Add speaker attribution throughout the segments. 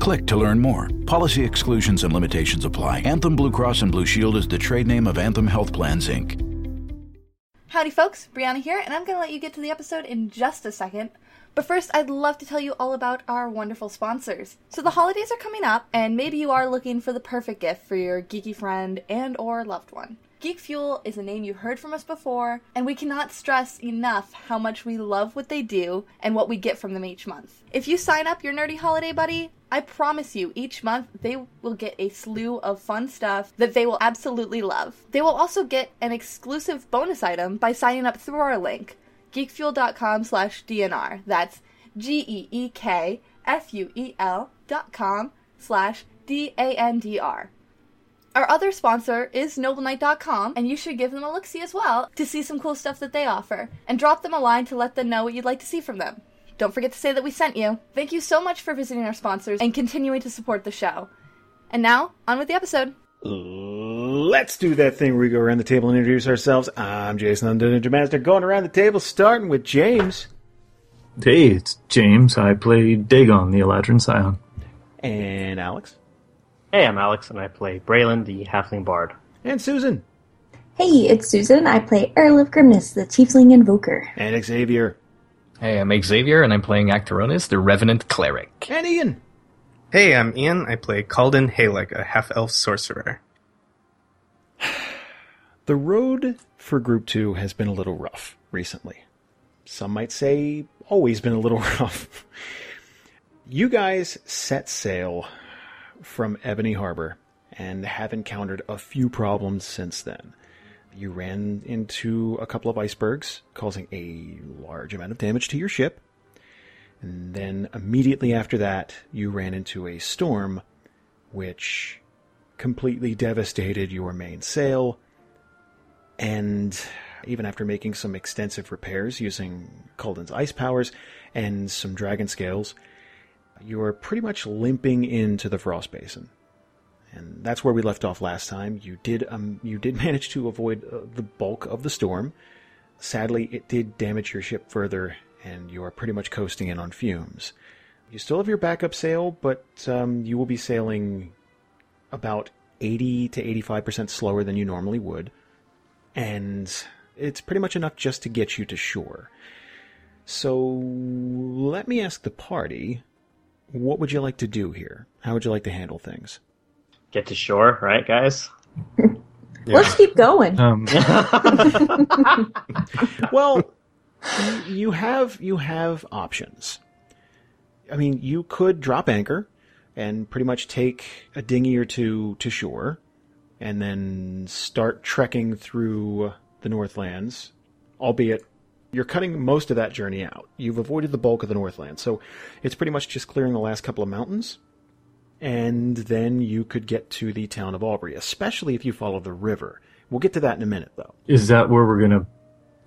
Speaker 1: Click to learn more. Policy exclusions and limitations apply. Anthem Blue Cross and Blue Shield is the trade name of Anthem Health Plans, Inc.
Speaker 2: Howdy, folks. Brianna here, and I'm going to let you get to the episode in just a second. But first, I'd love to tell you all about our wonderful sponsors. So the holidays are coming up, and maybe you are looking for the perfect gift for your geeky friend and or loved one. Geek Fuel is a name you've heard from us before, and we cannot stress enough how much we love what they do and what we get from them each month. If you sign up your nerdy holiday buddy, I promise you, each month they will get a slew of fun stuff that they will absolutely love. They will also get an exclusive bonus item by signing up through our link, geekfuel.com slash DNR. That's G E E K F U E L dot com slash D A N D R. Our other sponsor is NobleKnight.com, and you should give them a look see as well to see some cool stuff that they offer, and drop them a line to let them know what you'd like to see from them. Don't forget to say that we sent you. Thank you so much for visiting our sponsors and continuing to support the show. And now, on with the episode.
Speaker 3: Let's do that thing where we go around the table and introduce ourselves. I'm Jason, I'm the Ninja Master, going around the table, starting with James.
Speaker 4: Hey, it's James. I play Dagon, the Eladrin Scion.
Speaker 3: And Alex.
Speaker 5: Hey, I'm Alex, and I play Braylon, the Halfling Bard.
Speaker 3: And Susan.
Speaker 6: Hey, it's Susan. I play Earl of Grimness, the Tiefling Invoker.
Speaker 3: And Xavier.
Speaker 7: Hey, I'm Xavier, and I'm playing Actaronis, the Revenant Cleric.
Speaker 3: And Ian.
Speaker 8: Hey, I'm Ian. I play Calden Halek, a half elf sorcerer.
Speaker 3: The road for Group 2 has been a little rough recently. Some might say always been a little rough. You guys set sail from Ebony Harbor and have encountered a few problems since then. You ran into a couple of icebergs, causing a large amount of damage to your ship. And then immediately after that, you ran into a storm which completely devastated your main sail. And even after making some extensive repairs using Calden's ice powers and some dragon scales, you are pretty much limping into the frost basin. And that's where we left off last time. You did um, you did manage to avoid uh, the bulk of the storm. Sadly, it did damage your ship further and you are pretty much coasting in on fumes. You still have your backup sail, but um, you will be sailing about 80 to 85% slower than you normally would. And it's pretty much enough just to get you to shore. So let me ask the party what would you like to do here? How would you like to handle things?
Speaker 5: Get to shore, right, guys?
Speaker 6: Let's keep going.
Speaker 4: Um,
Speaker 3: well, you- you have you have options. I mean, you could drop anchor and pretty much take a dinghy or two to shore and then start trekking through the Northlands, albeit you're cutting most of that journey out. You've avoided the bulk of the Northlands. So it's pretty much just clearing the last couple of mountains and then you could get to the town of Albury, especially if you follow the river. We'll get to that in a minute though.
Speaker 4: is that where we're gonna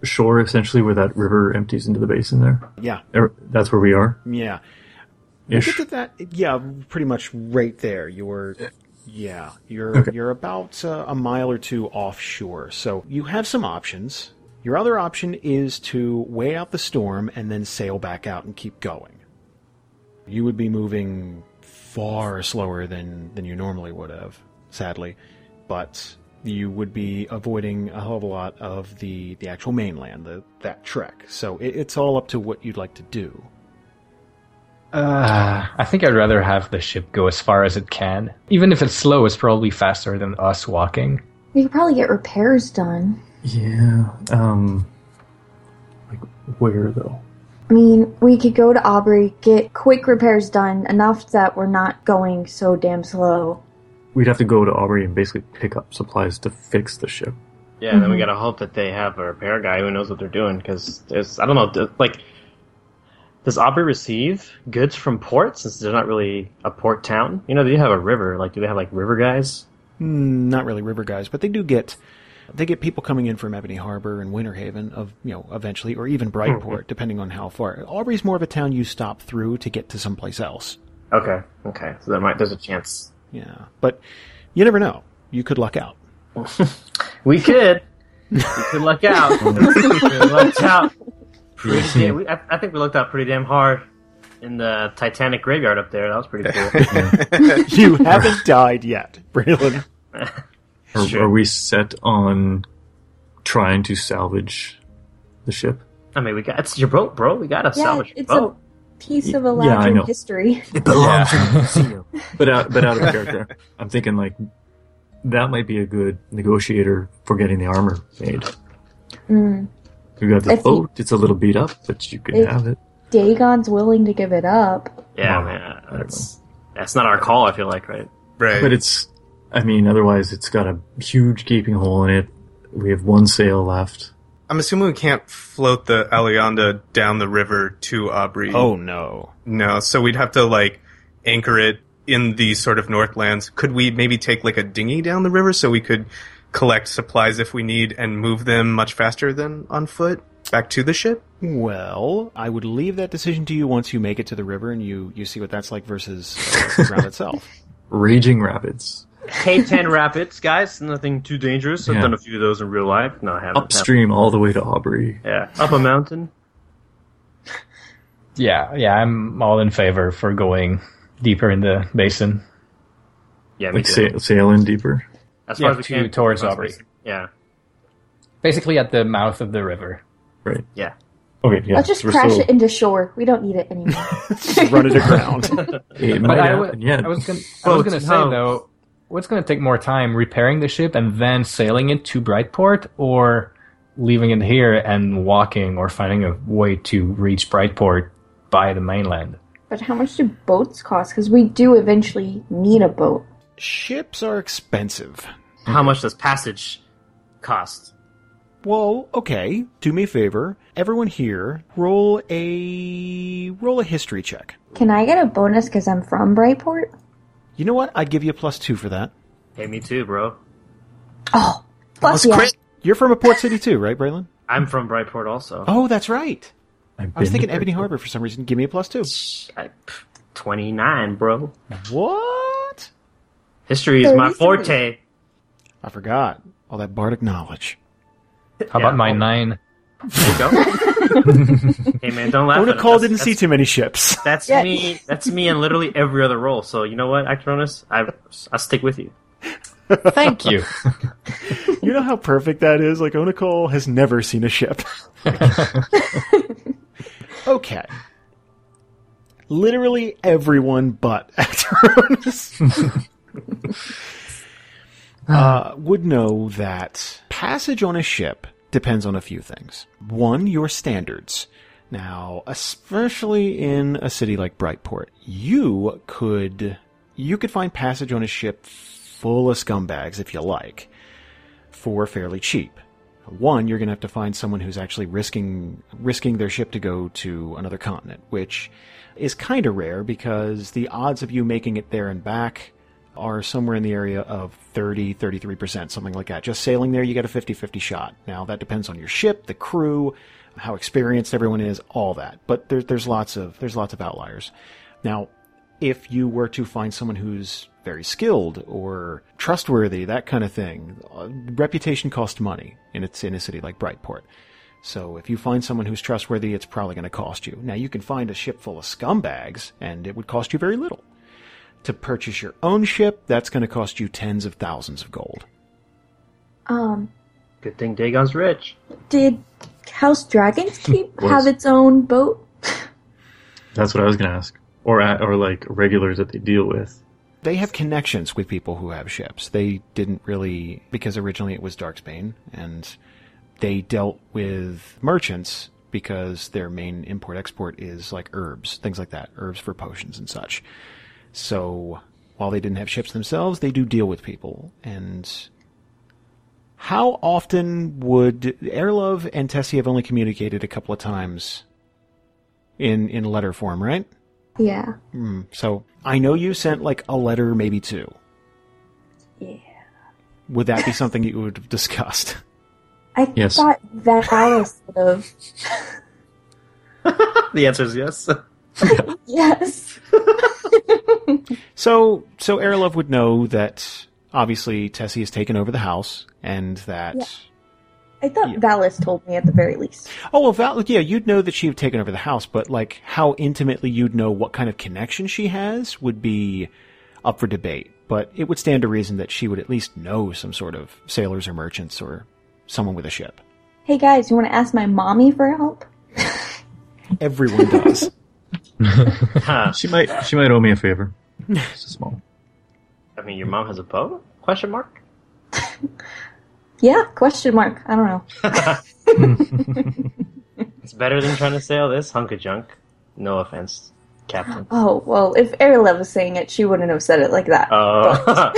Speaker 4: shore, essentially, where that river empties into the basin there?
Speaker 3: Yeah.
Speaker 4: Or- That's where we are?
Speaker 3: Yeah.
Speaker 4: Ish.
Speaker 3: Look at that. Yeah, pretty much right there. You're, yeah, you're
Speaker 4: Okay.
Speaker 3: you're about uh, a mile or two offshore. So you have some options. Your other option is to wait out the storm and then sail back out and keep going. You would be moving far slower than than you normally would have, sadly, but you would be avoiding a hell of a lot of the the actual mainland, the, that trek. So it, it's all up to what you'd like to do.
Speaker 7: Uh, I think I'd rather have the ship go as far as it can. Even if it's slow, it's probably faster than us walking.
Speaker 6: We could probably get repairs done.
Speaker 4: Yeah. Um, like, where, though?
Speaker 6: I mean, we could go to Aubrey, get quick repairs done, enough that we're not going so damn slow.
Speaker 4: We'd have to go to Aubrey and basically pick up supplies to fix the ship.
Speaker 5: Yeah, and then we gotta hope that they have a repair guy who knows what they're doing, because there's, I don't know, th- like, does Aubrey receive goods from ports since they're not really a port town? You know, they do have a river. Like, do they have, like, river guys?
Speaker 3: Mm, not really river guys, but they do get They get people coming in from Ebony Harbor and Winter Haven, of you know, eventually, or even Brightport, depending on how far. Aubrey's more of a town you stop through to get to someplace else.
Speaker 5: Okay, okay. So there might there's a chance.
Speaker 3: Yeah, but you never know. You could luck out.
Speaker 5: We could. we could luck out. we lucked out. Pretty
Speaker 4: Yes,
Speaker 5: damn, we, I, I think we looked out pretty damn hard in the Titanic graveyard up there. That was pretty cool.
Speaker 3: You haven't died yet, Braylon.
Speaker 4: Are,
Speaker 5: Sure.
Speaker 4: are we set on trying to salvage the ship?
Speaker 5: I mean, we got it's your boat, bro. We got to
Speaker 6: Yeah,
Speaker 5: salvage your
Speaker 6: it's
Speaker 5: boat.
Speaker 6: a piece of
Speaker 4: Yeah, I
Speaker 6: Aladdin
Speaker 4: know.
Speaker 6: history.
Speaker 4: It belongs in the museum. But out, but out of character, I'm thinking like that might be a good negotiator for getting the armor made.
Speaker 6: Mm.
Speaker 4: You got
Speaker 6: I
Speaker 4: the
Speaker 6: see.
Speaker 4: boat; it's a little beat up, but you can
Speaker 6: It-
Speaker 4: have it.
Speaker 6: Dagon's willing to give it up.
Speaker 5: yeah,
Speaker 4: Oh,
Speaker 5: man. uh, That's that's not our call. I feel like right.
Speaker 8: Right.
Speaker 4: But it's, I mean, otherwise it's got a huge gaping hole in it. We have one sail left.
Speaker 8: I'm assuming we can't float the Alianda down the river to Aubrey.
Speaker 3: Oh no.
Speaker 8: No, so we'd have to like anchor it in the sort of northlands. Could we maybe take like a dinghy down the river so we could collect supplies if we need and move them much faster than on foot back to the ship?
Speaker 3: Well, I would leave that decision to you once you make it to the river and you, you see what that's like versus uh, the ground itself.
Speaker 4: Raging rapids.
Speaker 5: K10 rapids, guys. Nothing too dangerous. I've
Speaker 4: Yeah.
Speaker 5: done a few of those in real life. No, I haven't.
Speaker 4: Upstream all the way to Aubrey.
Speaker 5: Yeah, up a mountain.
Speaker 7: Yeah, yeah, I'm all in favor for going deeper in the basin.
Speaker 5: Yeah, me
Speaker 4: Like
Speaker 5: too.
Speaker 4: sail, sail in deeper.
Speaker 5: As
Speaker 7: Yeah, to- towards
Speaker 5: as far as
Speaker 7: Aubrey.
Speaker 5: we can. Yeah,
Speaker 7: Basically at the mouth of the river.
Speaker 4: Right.
Speaker 5: yeah.
Speaker 4: Okay, yeah.
Speaker 6: Let's just
Speaker 4: so we're
Speaker 6: crash
Speaker 4: still-
Speaker 6: it into shore. We don't need it anymore.
Speaker 3: Run it aground.
Speaker 4: It
Speaker 7: But
Speaker 4: might
Speaker 7: I
Speaker 4: happen
Speaker 7: wa-
Speaker 4: yet.
Speaker 7: I was gonna, I was
Speaker 5: Boats
Speaker 7: gonna
Speaker 5: and
Speaker 7: say
Speaker 5: hoes.
Speaker 7: though, what's gonna take more time, repairing the ship and then sailing it to Brightport, or leaving it here and walking or finding a way to reach Brightport by the mainland?
Speaker 6: but how much do boats cost? Because we do eventually need a boat.
Speaker 3: Ships are expensive.
Speaker 5: How much does passage cost?
Speaker 3: Well, okay. Do me a favor. Everyone here, roll a roll a history check.
Speaker 6: Can I get a bonus because I'm from Brightport?
Speaker 3: You know what? I'd give you a plus two for that.
Speaker 5: Hey, me too, bro.
Speaker 6: Oh, fuck yeah.
Speaker 3: You're from a port city too, right, Braylon?
Speaker 5: I'm from Brightport also.
Speaker 3: Oh, that's right.
Speaker 4: I've
Speaker 3: I was
Speaker 4: been
Speaker 3: thinking
Speaker 4: to
Speaker 3: Ebony
Speaker 4: Brightport.
Speaker 3: Harbor for some reason. Give me a plus two.
Speaker 5: I- pff, 29, bro.
Speaker 3: What?
Speaker 5: History is my
Speaker 6: 33.
Speaker 5: forte.
Speaker 3: I forgot all that bardic knowledge.
Speaker 7: How
Speaker 5: Yeah.
Speaker 7: about my nine?
Speaker 5: There you go. hey, man, don't laugh at him.
Speaker 3: Nicole
Speaker 5: That's-
Speaker 3: didn't see
Speaker 5: that's-
Speaker 3: too many ships.
Speaker 5: That's
Speaker 6: Yeah.
Speaker 5: me. That's me in literally every other role. So you know what, Actronus, I I stick with you.
Speaker 7: Thank you.
Speaker 3: You know how perfect that is? Like, oh, Nicole has never seen a ship. okay. Literally everyone but Actoronis uh, would know that passage on a ship depends on a few things. One, your standards. Now, especially in a city like Brightport, you could you could find passage on a ship full of scumbags if you like for fairly cheap. One, you're going to have to find someone who's actually risking risking their ship to go to another continent, which is kind of rare because the odds of you making it there and back are somewhere in the area of 30, 33%, something like that. Just sailing there, you get a 50-50 shot. Now, that depends on your ship, the crew, how experienced everyone is, all that. But there, there's lots of there's lots of outliers. Now, if you were to find someone who's very skilled or trustworthy, that kind of thing, uh, reputation costs money, and it's in a city like Brightport. So if you find someone who's trustworthy, it's probably going to cost you. Now you can find a ship full of scumbags, and it would cost you very little. To purchase your own ship, that's going to cost you tens of thousands of gold.
Speaker 6: Um,
Speaker 5: Good thing Dagon's rich.
Speaker 6: did House Dragon's Keep
Speaker 4: Was.
Speaker 6: have its own boat?
Speaker 4: That's what I was gonna ask. Or at, or like regulars that they deal with.
Speaker 3: They have connections with people who have ships. They didn't really, because originally it was Darksbane, and they dealt with merchants because their main import export is like herbs, things like that, herbs for potions and such. So while they didn't have ships themselves, they do deal with people. And how often would Airlove and Tessie have only communicated a couple of times in in letter form, right?
Speaker 6: Yeah.
Speaker 3: So I know you sent like a letter, maybe two.
Speaker 6: Yeah.
Speaker 3: Would that be something you would have discussed?
Speaker 6: I
Speaker 4: Yes.
Speaker 6: thought Vallis would have.
Speaker 5: The answer is yes.
Speaker 6: Yes.
Speaker 3: So, so Airlove would know that obviously Tessie has taken over the house, and that
Speaker 6: I thought Vallis told me at the very least.
Speaker 3: oh well, Val, yeah, you'd know that she had taken over the house, but like how intimately you'd know what kind of connection she has would be up for debate. But it would stand to reason that she would at least know some sort of sailors or merchants or someone with a ship.
Speaker 6: Hey guys, you want to ask my mommy for help?
Speaker 3: Everyone does.
Speaker 5: Huh.
Speaker 4: She might she might owe me a favor. It's a small.
Speaker 5: I mean, your mom has a boat? Question mark.
Speaker 6: Yeah? Question mark. I don't know.
Speaker 5: It's better than trying to sail this hunk of junk. No offense, Captain.
Speaker 6: Oh well, if Ariel was saying it, she wouldn't have said it like that.
Speaker 5: Uh,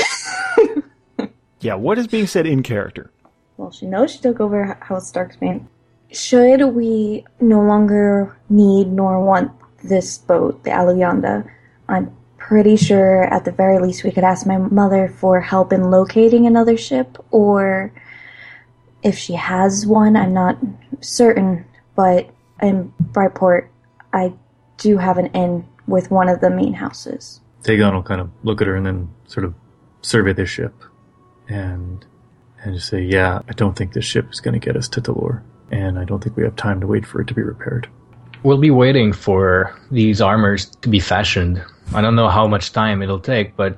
Speaker 3: yeah, what is being said in character?
Speaker 6: Well, she knows she took over H- House Starkspan. Should we no longer need nor want this boat, the Aluyanda, I'm pretty sure at the very least we could ask my mother for help in locating another ship, or if she has one, I'm not certain, but in Brightport, I do have an inn with one of the main houses.
Speaker 4: Dagon will kind of look at her and then sort of survey the ship, and and just say, "Yeah, I don't think this ship is going to get us to Talor, and I don't think we have time to wait for it to be repaired."
Speaker 7: We'll be waiting for these armors to be fashioned. I don't know how much time it'll take, but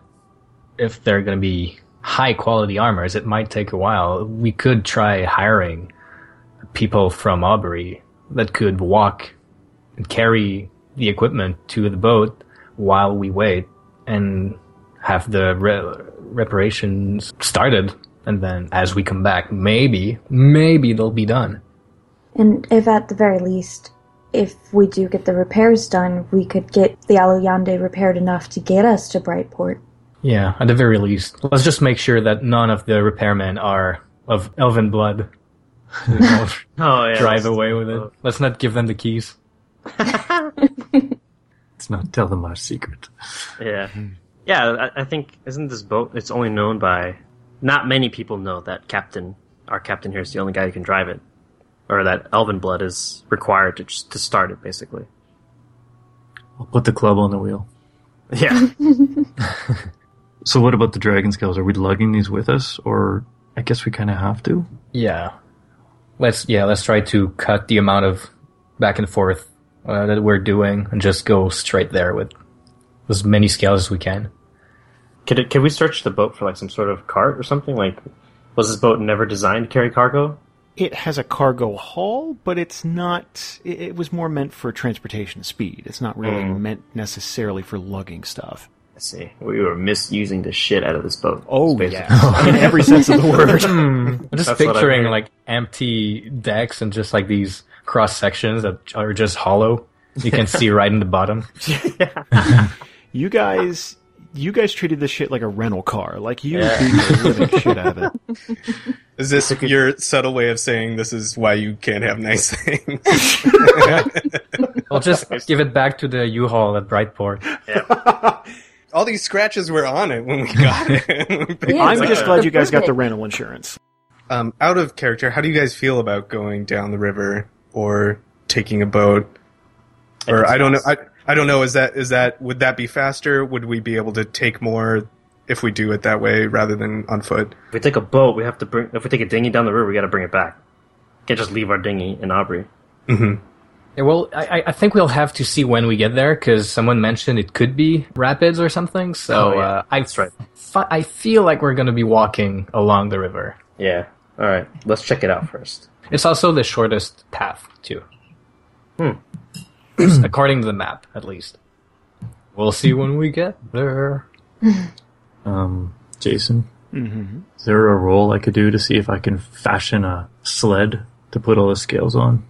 Speaker 7: if they're going to be high quality armors, it might take a while. We could try hiring people from Aubrey that could walk and carry the equipment to the boat while we wait and have the re- reparations started. And then as we come back, maybe, maybe they'll be done.
Speaker 6: And if at the very least, if we do get the repairs done, we could get the Aluyande repaired enough to get us to Brightport.
Speaker 7: Yeah, at the very least. Let's just make sure that none of the repairmen are of elven blood. We won't
Speaker 5: oh yeah.
Speaker 7: drive away with it. Let's not give them the keys.
Speaker 4: Let's not tell them our secret.
Speaker 5: Yeah, yeah. I, I think isn't this boat? It's only known by not many people know that captain. Our captain here is the only guy who can drive it, or that elven blood is required to just, to start it, basically.
Speaker 4: I'll put the club on the wheel.
Speaker 5: Yeah,
Speaker 4: So, what about the dragon scales? Are we lugging these with us, or I guess we kind of have to?
Speaker 7: Yeah. Let's yeah, let's try to cut the amount of back and forth uh, that we're doing and just go straight there with as many scales as we can.
Speaker 5: could it, could we search the boat for like some sort of cart or something? Like, was this boat never designed to carry cargo?
Speaker 3: It has a cargo haul, but it's not. It, it was more meant for transportation speed. It's not really meant necessarily for lugging stuff.
Speaker 5: Let's see. We were misusing the shit out of this boat. Oh, Basically.
Speaker 3: yeah, in every sense of the word.
Speaker 7: I'm
Speaker 5: That's
Speaker 7: just
Speaker 5: what I
Speaker 7: picturing
Speaker 5: heard.
Speaker 7: like empty decks and just like these cross sections that are just hollow. You can see right in the bottom.
Speaker 3: You guys, you guys treated this shit like a rental car. Like you beat the living shit out of it.
Speaker 8: Is this your subtle way of saying this is why you can't have nice things?
Speaker 7: I'll just give it back to the U-Haul at Brightport.
Speaker 8: All these scratches were on it when we got it. When we picked
Speaker 6: Yeah.
Speaker 3: I'm
Speaker 8: it up.
Speaker 3: just glad you guys got the rental insurance.
Speaker 8: um, out of character, how do you guys feel about going down the river or taking a boat? Or I don't know. I, I don't know. Is that is that would that be faster? Would we be able to take more if we do it that way rather than on foot?
Speaker 5: If we take a boat, we have to bring. If we take a dinghy down the river, we got to bring it back. Can't just leave our dinghy in Aubrey.
Speaker 7: Yeah, well, I, I- I think we'll have to see when we get there because someone mentioned it could be rapids or something.
Speaker 5: Oh,
Speaker 7: So
Speaker 5: yeah.
Speaker 7: uh, I,
Speaker 5: That's right.
Speaker 7: fi- I feel like we're going to be walking along the river.
Speaker 5: Yeah. All right. Let's check it out first.
Speaker 7: It's also the shortest path too,
Speaker 5: Hmm.
Speaker 7: according to the map, at least. We'll see when we get there.
Speaker 4: Um, Jason,
Speaker 3: Mm-hmm.
Speaker 4: is there a roll I could do to see if I can fashion a sled to put all the scales on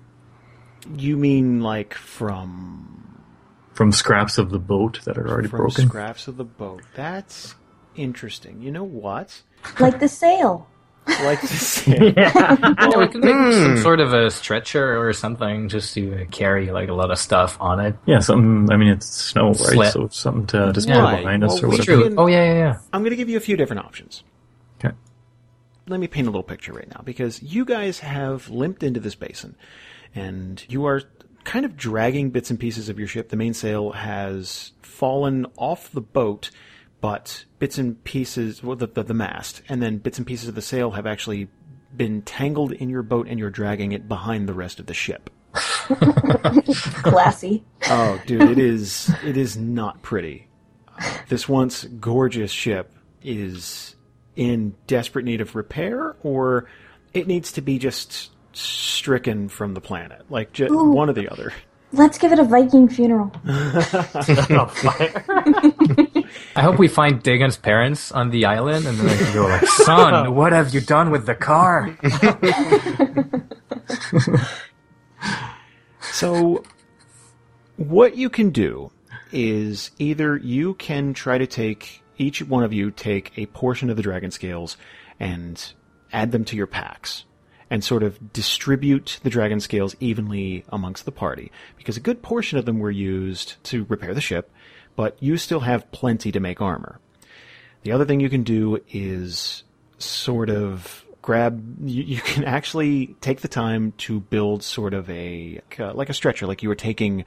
Speaker 3: You mean like from
Speaker 4: from scraps of the boat that are already
Speaker 3: from
Speaker 4: broken?
Speaker 3: scraps of the boat? That's interesting. You know what?
Speaker 6: Like the sail.
Speaker 3: Like to say,
Speaker 7: Yeah, we can make
Speaker 5: Hmm.
Speaker 7: some sort of a stretcher or something just to carry like a lot of stuff on it.
Speaker 4: yeah, something. I mean, it's snow, right?
Speaker 7: Sled.
Speaker 4: So it's something to just
Speaker 7: Yeah.
Speaker 4: put behind us
Speaker 3: Well,
Speaker 4: or
Speaker 3: we
Speaker 4: whatever.
Speaker 3: True.
Speaker 7: Oh yeah, yeah, yeah.
Speaker 3: I'm going to give you a few different options.
Speaker 4: Okay.
Speaker 3: let me paint a little picture right now because you guys have limped into this basin and you are kind of dragging bits and pieces of your ship. The mainsail has fallen off the boat, but bits and pieces, well, the, the, the mast, and then bits and pieces of the sail have actually been tangled in your boat and you're dragging it behind the rest of the ship.
Speaker 6: Classy.
Speaker 3: Oh, dude, it is it is not pretty. Uh, This once gorgeous ship is in desperate need of repair, or it needs to be just stricken from the planet, like ju- one or the other.
Speaker 6: Let's give it a Viking funeral.
Speaker 7: I hope we find Dagon's parents on the island, and then they can go like, "Son, what have you done with the car?"
Speaker 3: So, what you can do is either you can try to take each one of you take a portion of the dragon scales and add them to your packs and sort of distribute the dragon scales evenly amongst the party because a good portion of them were used to repair the ship, but you still have plenty to make armor. The other thing you can do is sort of grab. You, you can actually take the time to build sort of a like a stretcher, like you were taking,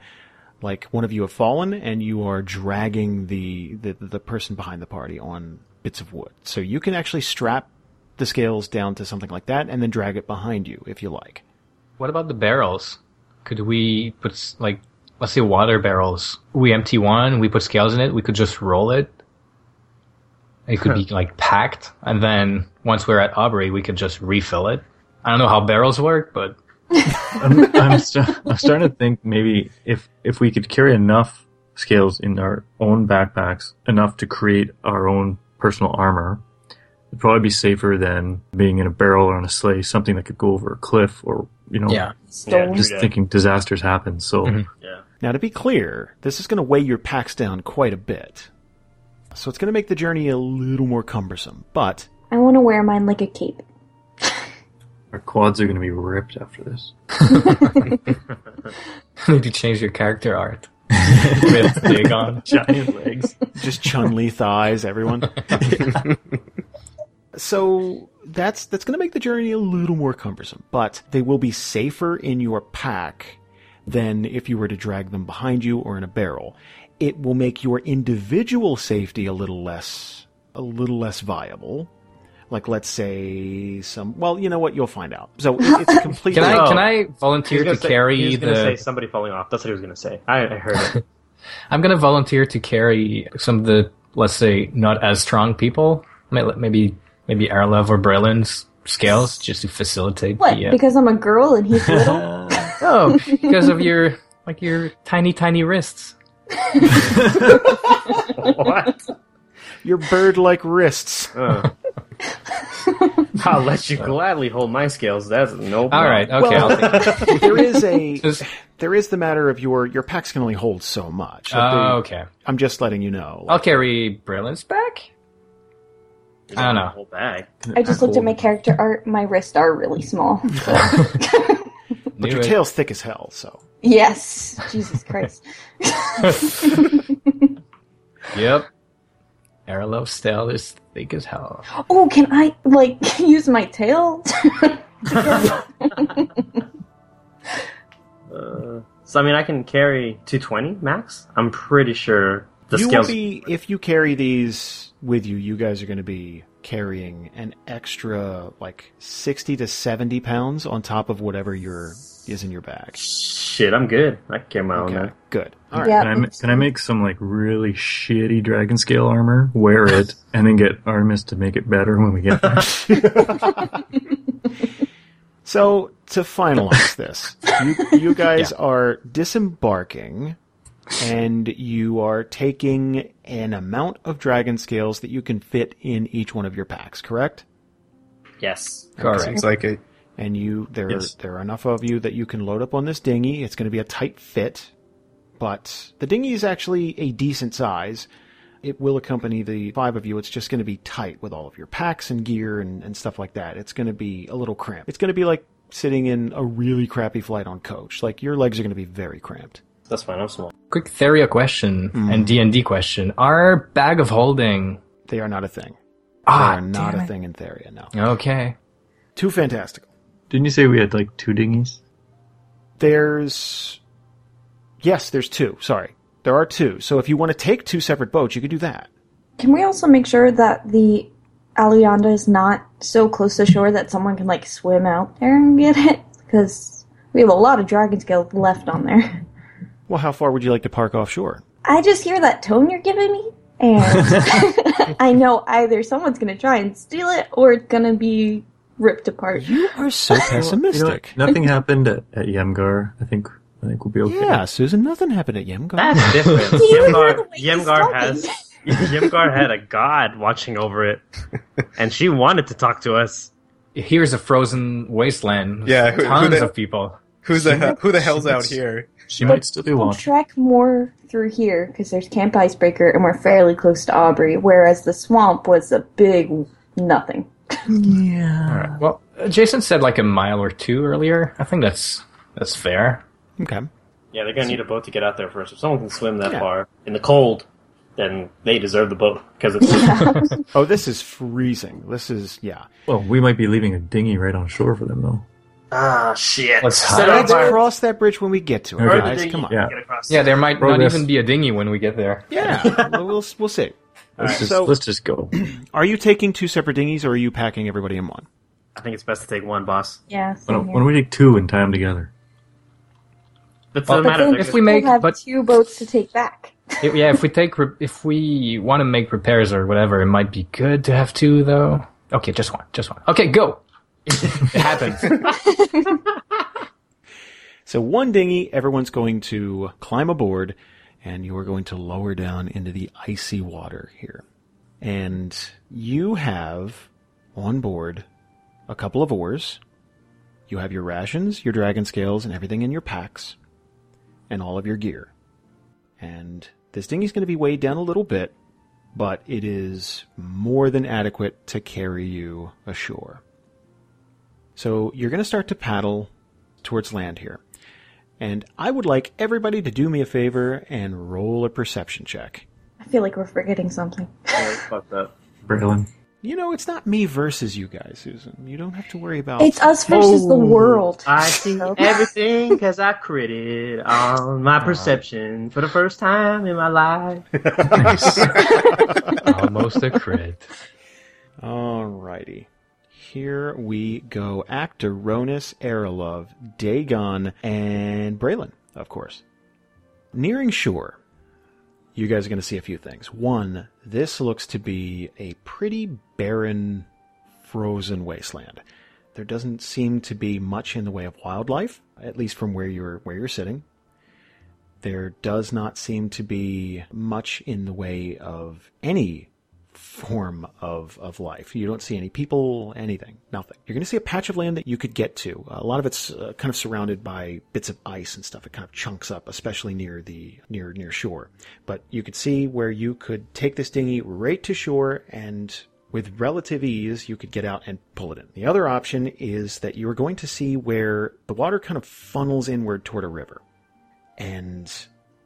Speaker 3: like one of you have fallen and you are dragging the the, the person behind the party on bits of wood. So you can actually strap the scales down to something like that and then drag it behind you if you like.
Speaker 7: What about the barrels? Could we put s- like, let's say, water barrels? We empty one, we put scales in it. We could just roll it. It could be like packed, and then once we're at Aubrey, we could just refill it. I don't know how barrels work, but
Speaker 4: I'm, I'm, st- I'm starting to think maybe if if we could carry enough scales in our own backpacks, enough to create our own personal armor, it'd probably be safer than being in a barrel or on a sleigh, something that could go over a cliff or you know.
Speaker 7: Yeah.
Speaker 6: Stolen.
Speaker 4: Just thinking disasters happen, so
Speaker 7: Mhm.
Speaker 5: Yeah.
Speaker 3: Now, to be clear, this is going to weigh your packs down quite a bit. So it's going to make the journey a little more cumbersome, but
Speaker 6: I want to wear mine like a cape.
Speaker 4: our quads are going to be ripped after this.
Speaker 7: need to change your character art. With Dagon.
Speaker 4: Giant legs.
Speaker 3: just Chun Li thighs, everyone. so that's that's going to make the journey a little more cumbersome, but they will be safer in your pack than if you were to drag them behind you or in a barrel. It will make your individual safety a little less a little less viable. Like let's say some. Well, you know what? You'll find out. So it- it's completely.
Speaker 7: Can I
Speaker 5: Oh.
Speaker 7: can I volunteer to
Speaker 5: gonna say- he
Speaker 7: carry
Speaker 5: was gonna say
Speaker 7: the?
Speaker 5: somebody falling off. That's what he was gonna say. I, I heard it.
Speaker 7: I'm gonna volunteer to carry some of the let's say not as strong people. May- Maybe maybe Arlev or Brelin's scales just to facilitate
Speaker 6: What?
Speaker 7: the. uh,
Speaker 6: Because I'm a girl and he's little?
Speaker 7: oh, because of your like your tiny tiny wrists.
Speaker 5: what?
Speaker 3: Your bird-like wrists.
Speaker 5: Uh. I'll let you gladly hold my scales. That's no.
Speaker 7: All right. Okay. I'll take it.
Speaker 3: there is a
Speaker 7: Just-
Speaker 3: there is the matter of your your packs can only hold so much. Like,
Speaker 7: Oh,
Speaker 3: they-
Speaker 7: okay.
Speaker 3: I'm just letting you know.
Speaker 7: I'll carry Brelin's back. I don't know.
Speaker 5: Whole bag.
Speaker 6: I just looked at my character art. My wrists are really small.
Speaker 3: but your
Speaker 7: Knew it.
Speaker 3: tail's thick as hell, so
Speaker 6: yes. Jesus Christ.
Speaker 7: Yep. Arlev's tail is thick as hell.
Speaker 6: Oh, can I, like, use my tail?
Speaker 5: Uh, so I mean, I can carry 220 max. I'm pretty sure the
Speaker 3: you
Speaker 5: scales.
Speaker 3: will be if you carry these with you. You guys are going to be carrying an extra like sixty to seventy pounds on top of whatever your is in your bag.
Speaker 5: Shit, I'm good. I can carry my own.
Speaker 3: Okay,
Speaker 5: now.
Speaker 3: good. All right.
Speaker 6: Yeah.
Speaker 4: Can I, ma- can I make some like really shitty dragon scale armor, wear it, and then get Artemis to make it better when we get there?
Speaker 3: So to finalize this, you, you guys are disembarking, and you are taking an amount of dragon scales that you can fit in each one of your packs. Correct?
Speaker 5: Yes.
Speaker 7: Correct.
Speaker 8: Seems like it.
Speaker 3: and you there
Speaker 4: Yes.
Speaker 3: there are enough of you that you can load up on this dinghy. It's going to be a tight fit, but the dinghy is actually a decent size. It will accompany the five of you. It's just going to be tight with all of your packs and gear and, and stuff like that. It's going to be a little cramped. It's going to be like sitting in a really crappy flight on coach. Like your legs are going to be very cramped.
Speaker 5: That's fine. I'm small.
Speaker 7: Quick Theria question and D and D question: Our bag of holding
Speaker 3: They are not a thing. They
Speaker 7: Ah,
Speaker 3: are not
Speaker 7: damn
Speaker 3: a
Speaker 7: it.
Speaker 3: thing in Theria, no.
Speaker 7: Okay.
Speaker 3: Too fantastical.
Speaker 4: Didn't you say we had like two dinghies?
Speaker 3: There's. Yes, there's two. Sorry. There are two. So if you want to take two separate boats, you could do that.
Speaker 6: Can we also make sure that the Alianda is not so close to shore that someone can like swim out there and get it? Because we have a lot of dragon scales left on there.
Speaker 3: Well, how far would you like to park offshore?
Speaker 6: I just hear that tone you're giving me, and I know either someone's gonna try and steal it or it's gonna be ripped apart.
Speaker 3: You are so
Speaker 4: You know what?
Speaker 3: pessimistic.
Speaker 4: nothing happened at, at Yemgar. I think I think we'll be okay.
Speaker 3: Yeah, Susan, nothing happened at Yemgar.
Speaker 5: That's different.
Speaker 6: You were
Speaker 5: Yemgar,
Speaker 6: the way you
Speaker 5: Yemgar
Speaker 6: started.
Speaker 5: has Yemgar had a god watching over it, and she wanted to talk to us.
Speaker 7: Here's a frozen wasteland. with
Speaker 8: Yeah, who- who
Speaker 7: Tons
Speaker 8: the-
Speaker 7: of people.
Speaker 8: Who's the he- who the hell's out here?
Speaker 4: She might still be
Speaker 6: We'll
Speaker 4: watching.
Speaker 6: trek more through here because there's Camp Icebreaker and we're fairly close to Aubrey, whereas the swamp was a big nothing.
Speaker 7: All right. Well, uh, Jason said like a mile or two earlier. I think that's that's fair.
Speaker 3: Okay.
Speaker 5: Yeah, they're gonna need a boat to get out there first. If someone can swim that
Speaker 3: Yeah.
Speaker 5: far in the cold, then they deserve the boat because it's
Speaker 3: Oh, this is freezing. This is, yeah.
Speaker 4: Well, we might be leaving a dinghy right on shore for them though.
Speaker 5: ah shit.
Speaker 7: Let's
Speaker 5: Set
Speaker 7: hide.
Speaker 5: up
Speaker 3: Let's
Speaker 5: our-
Speaker 3: cross that bridge when we get to it,
Speaker 4: Okay.
Speaker 5: Or the
Speaker 3: guys.
Speaker 5: dinghy
Speaker 3: Come on.
Speaker 4: Yeah.
Speaker 5: to get across.
Speaker 7: Yeah, there might not
Speaker 4: Progress.
Speaker 7: even be a dinghy when we get there.
Speaker 3: Yeah, we'll, we'll we'll see.
Speaker 4: Let's just
Speaker 3: so-
Speaker 4: let's just go.
Speaker 3: Are you taking two separate dinghies, or are you packing everybody in one?
Speaker 5: I think it's best to take one, boss.
Speaker 6: Yeah.
Speaker 4: Why don't, why don't we take two and tie them together?
Speaker 5: But it doesn't
Speaker 7: Well,
Speaker 5: matter.
Speaker 7: then
Speaker 5: they're
Speaker 7: if
Speaker 5: good.
Speaker 7: we make-
Speaker 6: we'll have
Speaker 7: but-
Speaker 6: two boats to take back.
Speaker 7: If- yeah, if we take re- if we want to make repairs or whatever, it might be good to have two though. Okay, just one, just one. Okay, go. it happens.
Speaker 3: So one dinghy, everyone's going to climb aboard, and you are going to lower down into the icy water here. And you have on board a couple of oars. You have your rations, your dragon scales, and everything in your packs, and all of your gear. And this dinghy's going to be weighed down a little bit, but it is more than adequate to carry you ashore. So you're going to start to paddle towards land here. And I would like everybody to do me a favor and roll a perception check.
Speaker 6: I feel like we're forgetting something.
Speaker 5: Yeah, fuck that.
Speaker 4: Braylon.
Speaker 3: You know, it's not me versus you guys, Susan. You don't have to worry about
Speaker 6: It's us versus the world.
Speaker 5: I see everything because I critted on my perception for the first time in my life.
Speaker 7: Almost a crit.
Speaker 3: Alrighty. Here we go. Actoronis, Aerolov, Dagon, and Braylon, of course. Nearing shore, you guys are going to see a few things. One, this looks to be a pretty barren, frozen wasteland. There doesn't seem to be much in the way of wildlife, at least from where you're where you're sitting. There does not seem to be much in the way of any form of, of life. You don't see any people, anything, nothing. You're going to see a patch of land that you could get to. A lot of it's uh, kind of surrounded by bits of ice and stuff. It kind of chunks up, especially near the near near shore. But you could see where you could take this dinghy right to shore and with relative ease you could get out and pull it in. The other option is that you're going to see where the water kind of funnels inward toward a river. And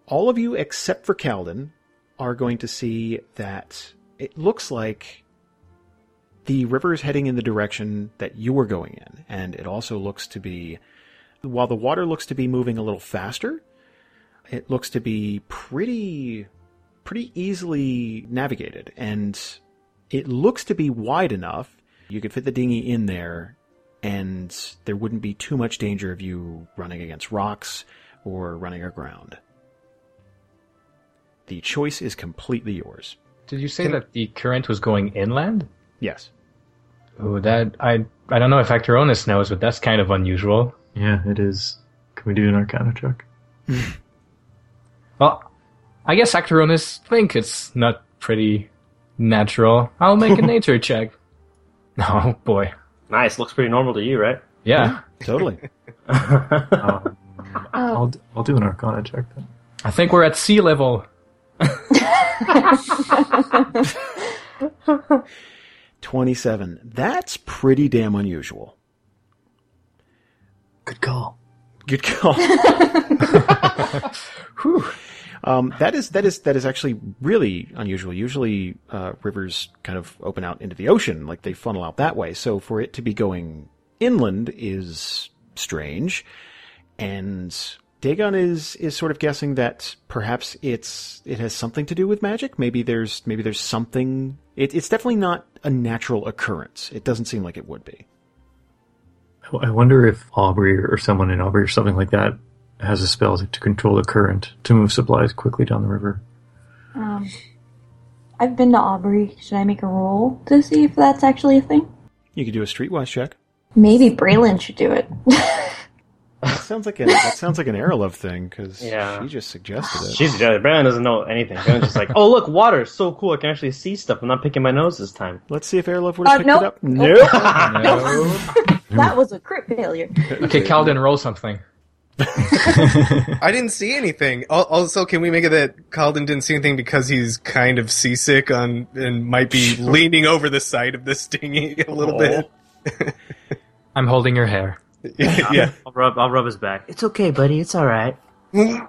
Speaker 3: all of you except for Calden are going to see that it looks like the river is heading in the direction that you were going in. And it also looks to be, while the water looks to be moving a little faster, it looks to be pretty, pretty easily navigated. And it looks to be wide enough. You could fit the dinghy in there and there wouldn't be too much danger of you running against rocks or running aground. The choice is completely yours.
Speaker 7: Did you say that the current was going inland?
Speaker 3: Yes.
Speaker 7: Oh, that I I don't know if Actoronis knows, but that's kind of unusual.
Speaker 4: Yeah, it is. Can we do an Arcana check?
Speaker 7: Well, I guess Actoronis think it's not pretty natural. I'll make a nature check. Oh boy,
Speaker 5: Nice, looks pretty normal to you, right?
Speaker 7: yeah.
Speaker 3: Totally.
Speaker 4: Um, I'll d- I'll do an Arcana check then.
Speaker 7: I think we're at sea level.
Speaker 3: 27. That's pretty damn unusual.
Speaker 4: Good call.
Speaker 3: Good call.
Speaker 7: Whew.
Speaker 3: Um, that is that is that is actually really unusual. Usually, uh, rivers kind of open out into the ocean, like they funnel out that way. So for it to be going inland is strange, and Dagon is is sort of guessing that perhaps it's it has something to do with magic. Maybe there's maybe there's something. It, it's definitely not a natural occurrence. It doesn't seem like it would be.
Speaker 4: I wonder if Aubrey or someone in Aubrey or something like that has a spell to control the current to move supplies quickly down the river.
Speaker 6: Um, I've been to Aubrey. Should I make a roll to see if that's actually a thing?
Speaker 3: You could do a streetwise check.
Speaker 6: Maybe Braylon should do it.
Speaker 3: That sounds like an that sounds like an Aerolove thing because
Speaker 5: Yeah.
Speaker 3: she just suggested it.
Speaker 5: She's jealous. Brandon doesn't know anything. Brandon's just like, oh, look, water is so cool. I can actually see stuff. I'm not picking my nose this time.
Speaker 3: Let's see if Aerolove would have
Speaker 6: Uh,
Speaker 3: picked
Speaker 6: nope.
Speaker 3: it up. Nope.
Speaker 7: No.
Speaker 6: that was a crit failure.
Speaker 7: okay, Calden, roll something.
Speaker 8: I didn't see anything. Al- Also, can we make it that Calden didn't see anything because he's kind of seasick on and might be leaning over the side of this dinghy a little bit?
Speaker 7: I'm holding your hair.
Speaker 8: yeah.
Speaker 5: I'll rub, I'll rub his back. It's okay, buddy. It's all right. Ew,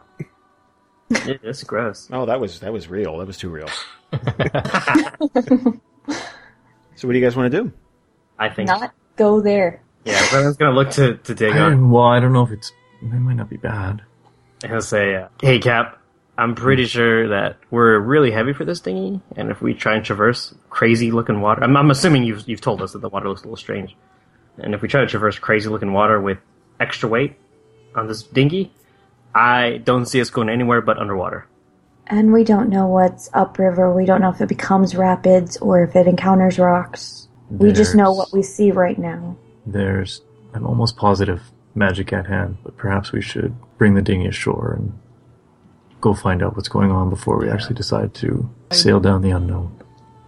Speaker 5: that's gross.
Speaker 3: oh, that was that was real. That was too real. so, what do you guys want to do?
Speaker 5: I think.
Speaker 6: Not go there.
Speaker 5: Yeah, Brandon's going to look to, to
Speaker 4: I
Speaker 5: Dagon.
Speaker 4: don't, well, I don't know if it's. It might not be bad.
Speaker 5: He'll say, uh, "Hey Cap, I'm pretty sure that we're really heavy for this dinghy, and if we try and traverse crazy-looking water, I'm, I'm assuming you've you've told us that the water looks a little strange, and if we try to traverse crazy-looking water with extra weight on this dinghy, I don't see us going anywhere but underwater."
Speaker 6: And we don't know what's upriver. We don't know if it becomes rapids or if it encounters rocks. We just know
Speaker 4: There's-
Speaker 6: what we see right now.
Speaker 4: There's. I'm almost positive magic at hand, but perhaps we should bring the dinghy ashore and go find out what's going on before we actually decide to sail down the unknown.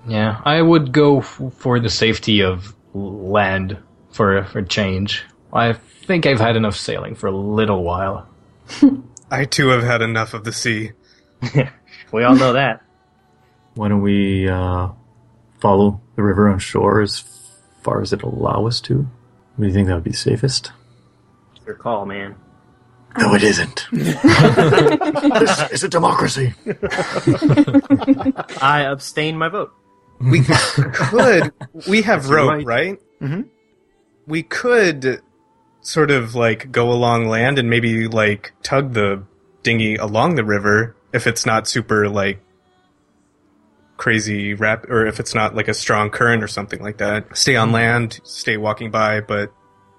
Speaker 7: Yeah, I would go f- for the safety of l- land for for change. I think I've had enough sailing for a little while.
Speaker 8: I too have had enough of the sea.
Speaker 5: We all know that.
Speaker 4: Why don't we uh, follow the river on shore as far as it'll allow us to? What do you think that would be safest?
Speaker 5: Your call, man.
Speaker 4: No, it isn't. this is a democracy.
Speaker 5: I abstain my vote.
Speaker 8: We could. We have rope,
Speaker 4: right.
Speaker 8: right? Mm-hmm. We could sort of like go along land and maybe like tug the dinghy along the river if it's not super like crazy rap or if it's not like a strong current or something like that. Stay on land, stay walking by, but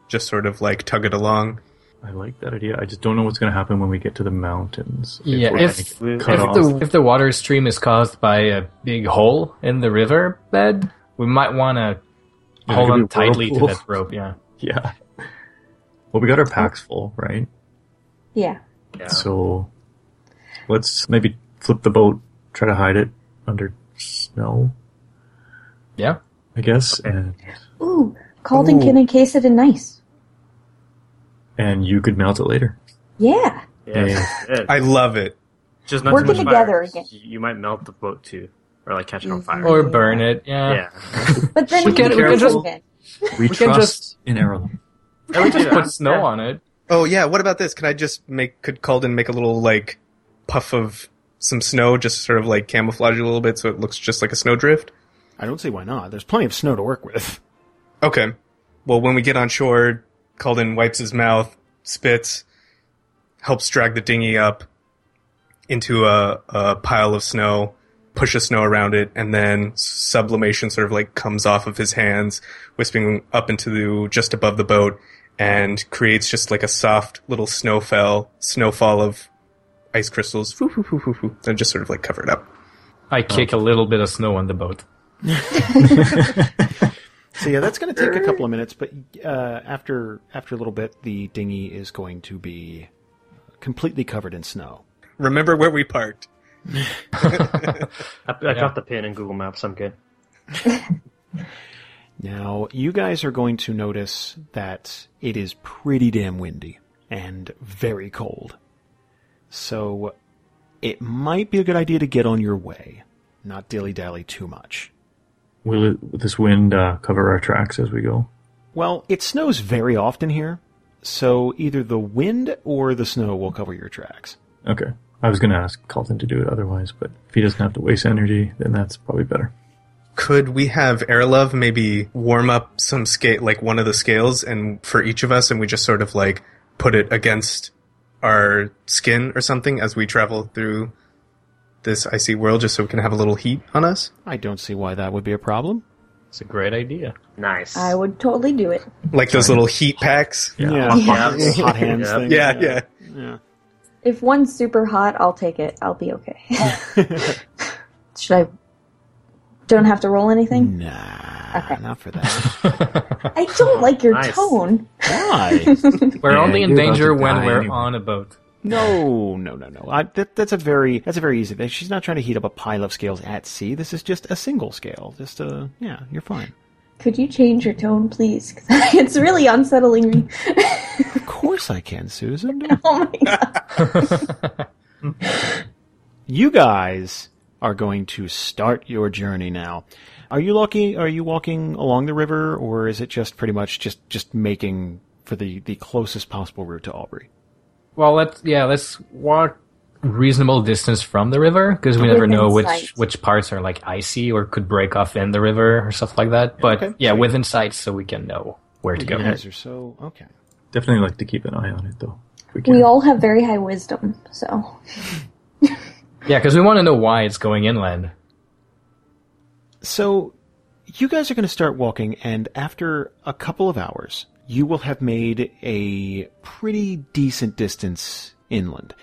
Speaker 8: just sort of like tug it along.
Speaker 4: I like that idea. I just don't know what's going to happen when we get to the mountains.
Speaker 7: yeah,
Speaker 4: we're
Speaker 7: if if
Speaker 4: gonna get cut off.
Speaker 7: the if the water stream is caused by a big hole in the river bed, we might want to
Speaker 4: Yeah,
Speaker 7: hold
Speaker 4: it could
Speaker 7: on
Speaker 4: be
Speaker 7: tightly to
Speaker 4: whirlpool.
Speaker 7: that rope. Yeah,
Speaker 4: yeah. Well, we got our packs full, right?
Speaker 6: Yeah.
Speaker 5: Yeah.
Speaker 4: So let's maybe flip the boat, try to hide it under snow,
Speaker 7: yeah.
Speaker 4: I guess, and
Speaker 6: Ooh, Calden
Speaker 8: Ooh.
Speaker 6: can encase it in ice.
Speaker 4: and you could melt it later.
Speaker 6: Yeah.
Speaker 5: yeah.
Speaker 8: I love it.
Speaker 5: just not
Speaker 6: Working
Speaker 5: too much fire.
Speaker 6: together again.
Speaker 5: You- You might melt the boat too, Mm-hmm. or like catch it on fire.
Speaker 7: Or burn it. Yeah.
Speaker 5: yeah.
Speaker 6: But then
Speaker 7: We
Speaker 6: he
Speaker 7: can- we
Speaker 6: can
Speaker 7: can
Speaker 6: use it
Speaker 7: just-
Speaker 6: again.
Speaker 4: We,
Speaker 7: can
Speaker 4: trust
Speaker 7: just-
Speaker 4: in Ireland.
Speaker 7: And we just
Speaker 5: Yeah.
Speaker 7: put snow on it.
Speaker 8: Oh yeah, what about this? Can I just make could Calden make a little like puff of some snow, just sort of like camouflage it a little bit so it looks just like a snowdrift?
Speaker 3: I don't see why not. There's plenty of snow to work with.
Speaker 8: Okay. Well, when we get on shore, Calden wipes his mouth, spits, helps drag the dinghy up into a, a pile of snow, pushes snow around it, and then sublimation sort of like comes off of his hands, wisping up into the, just above the boat, and creates just like a soft little snowfall, snowfall of ice crystals, Foo, foo, foo, foo, foo, and just sort of like cover it up.
Speaker 7: I kick a little bit of snow on the boat.
Speaker 3: So yeah, that's going to take a couple of minutes, but uh, after after a little bit, the dinghy is going to be completely covered in snow.
Speaker 8: Remember where we parked.
Speaker 5: I, I dropped the pin in Google Maps. I'm good.
Speaker 3: Now, you guys are going to notice that it is pretty damn windy and very cold. So, it might be a good idea to get on your way, not dilly dally too much.
Speaker 4: Will, it, will this wind uh, cover our tracks as we go?
Speaker 3: Well, it snows very often here, so either the wind or the snow will cover your tracks.
Speaker 4: Okay. I was going to ask Colton to do it otherwise, but if he doesn't have to waste energy, then that's probably better.
Speaker 8: Could we have Airlove maybe warm up some scale, like one of the scales, and for each of us, and we just sort of like put it against our skin or something as we travel through this icy world, just so we can have a little heat on us?
Speaker 3: I don't see why that would be a problem.
Speaker 7: It's a great idea.
Speaker 5: Nice.
Speaker 6: I would totally do it.
Speaker 8: Like those little heat packs.
Speaker 3: Yeah.
Speaker 5: Yeah.
Speaker 3: Hot hands
Speaker 5: Yeah.
Speaker 3: thing.
Speaker 8: Yeah, yeah.
Speaker 3: yeah.
Speaker 6: If one's super hot, I'll take it. I'll be okay. Should I? Don't have to roll anything.
Speaker 7: Mm,
Speaker 3: Nah,
Speaker 6: Okay.
Speaker 3: not for that.
Speaker 6: I don't like your
Speaker 5: Nice.
Speaker 6: tone.
Speaker 3: Why?
Speaker 7: We're
Speaker 4: Yeah,
Speaker 7: only in
Speaker 4: you're about
Speaker 7: danger
Speaker 4: to
Speaker 7: when
Speaker 4: die
Speaker 7: we're
Speaker 4: anyway.
Speaker 7: on a boat.
Speaker 3: No, no, no, no. I, that, that's a very that's a very easy thing. She's not trying to heat up a pile of scales at sea. This is just a single scale. Just a yeah. You're fine.
Speaker 6: Could you change your tone, please? 'Cause it's really unsettling me.
Speaker 3: Of course I can, Susan. Don't-
Speaker 6: oh my god.
Speaker 3: You guys are going to start your journey now. Are you lucky? Are you walking along the river, or is it just pretty much just just making for the the closest possible route to Aubrey?
Speaker 7: Well, let's yeah, let's walk reasonable distance from the river because we never
Speaker 6: Within
Speaker 7: know which
Speaker 6: sight.
Speaker 7: which parts are like icy or could break off in the river or stuff like that. But
Speaker 3: Okay.
Speaker 7: yeah, within sight, so we can know where to go.
Speaker 3: You guys are so okay.
Speaker 4: Definitely like to keep an eye on it though. if we can.
Speaker 6: We all have very high wisdom, so
Speaker 7: Yeah, because we want to know why it's going inland.
Speaker 3: So, you guys are going to start walking, and after a couple of hours, you will have made a pretty decent distance inland.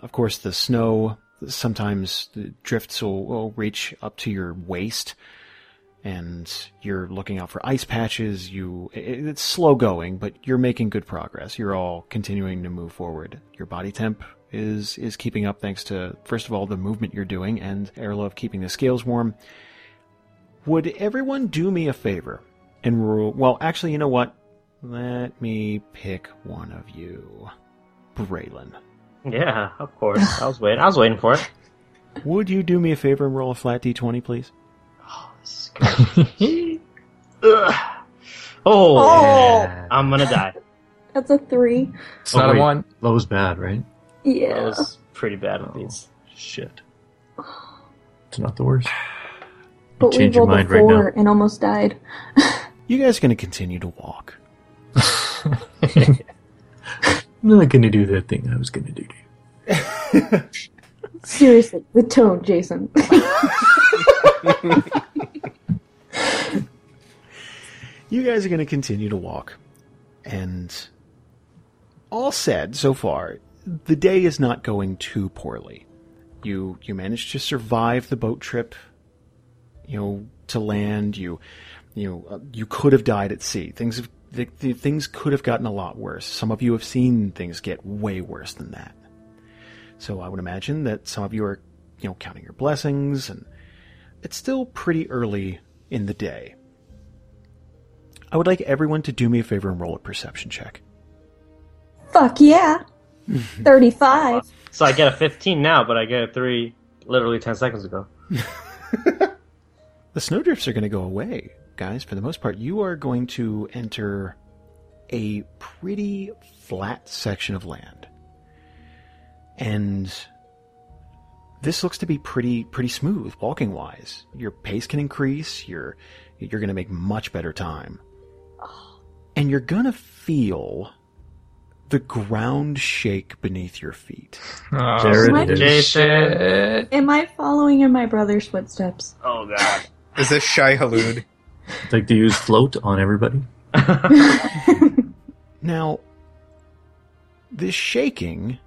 Speaker 3: Of course, the snow sometimes the drifts will, will reach up to your waist, and you're looking out for ice patches. You, it, it's slow going, but you're making good progress. You're all continuing to move forward. Your body temp is is keeping up thanks to first of all the movement you're doing and Airlove keeping the scales warm. Would everyone do me a favor and roll? Well, actually, you know what? Let me pick one of you, Braylon.
Speaker 5: Yeah, of course. I was waiting. I was waiting for it.
Speaker 3: Would you do me a favor and roll a flat d20, please?
Speaker 5: This is good. Ugh. Oh,
Speaker 6: Oh.
Speaker 5: yeah. I'm gonna die.
Speaker 6: that's a three.
Speaker 7: It's
Speaker 4: Oh,
Speaker 7: not
Speaker 4: wait.
Speaker 7: a one.
Speaker 4: Low's bad, right?
Speaker 5: That
Speaker 6: Yeah.
Speaker 5: was pretty bad with these.
Speaker 4: Shit. It's not the worst.
Speaker 6: But we
Speaker 4: Change your
Speaker 6: rolled a
Speaker 4: mind right
Speaker 6: four
Speaker 4: now.
Speaker 6: and almost died.
Speaker 3: You guys are going to continue to walk.
Speaker 4: I'm not gonna do that thing I was gonna do.
Speaker 6: Seriously, the tone, Jason.
Speaker 3: You guys are going to continue to walk. And all said so far, the day is not going too poorly. You you manage to survive the boat trip, you know, to land. You you know, uh, you could have died at sea. Things have the, the, things could have gotten a lot worse. Some of you have seen things get way worse than that. So I would imagine that some of you are, you know, counting your blessings and it's still pretty early in the day. I would like everyone to do me a favor and roll a perception check.
Speaker 6: Fuck yeah. Thirty-five.
Speaker 5: So I get a 15 now, but I get a three literally 10 seconds ago.
Speaker 3: The snowdrifts are going to go away, guys, for the most part. You are going to enter a pretty flat section of land. And this looks to be pretty pretty smooth walking wise. Your pace can increase, you're you're going to make much better time. And you're going to feel the ground shake beneath your feet.
Speaker 5: Uh,
Speaker 7: Oh,
Speaker 4: Jared
Speaker 6: it is.
Speaker 5: Jason.
Speaker 7: shit.
Speaker 6: Am I following in my brother's footsteps?
Speaker 5: Oh god.
Speaker 8: Is this Shy Halud?
Speaker 4: I'd like to use float on everybody.
Speaker 3: Now, this shaking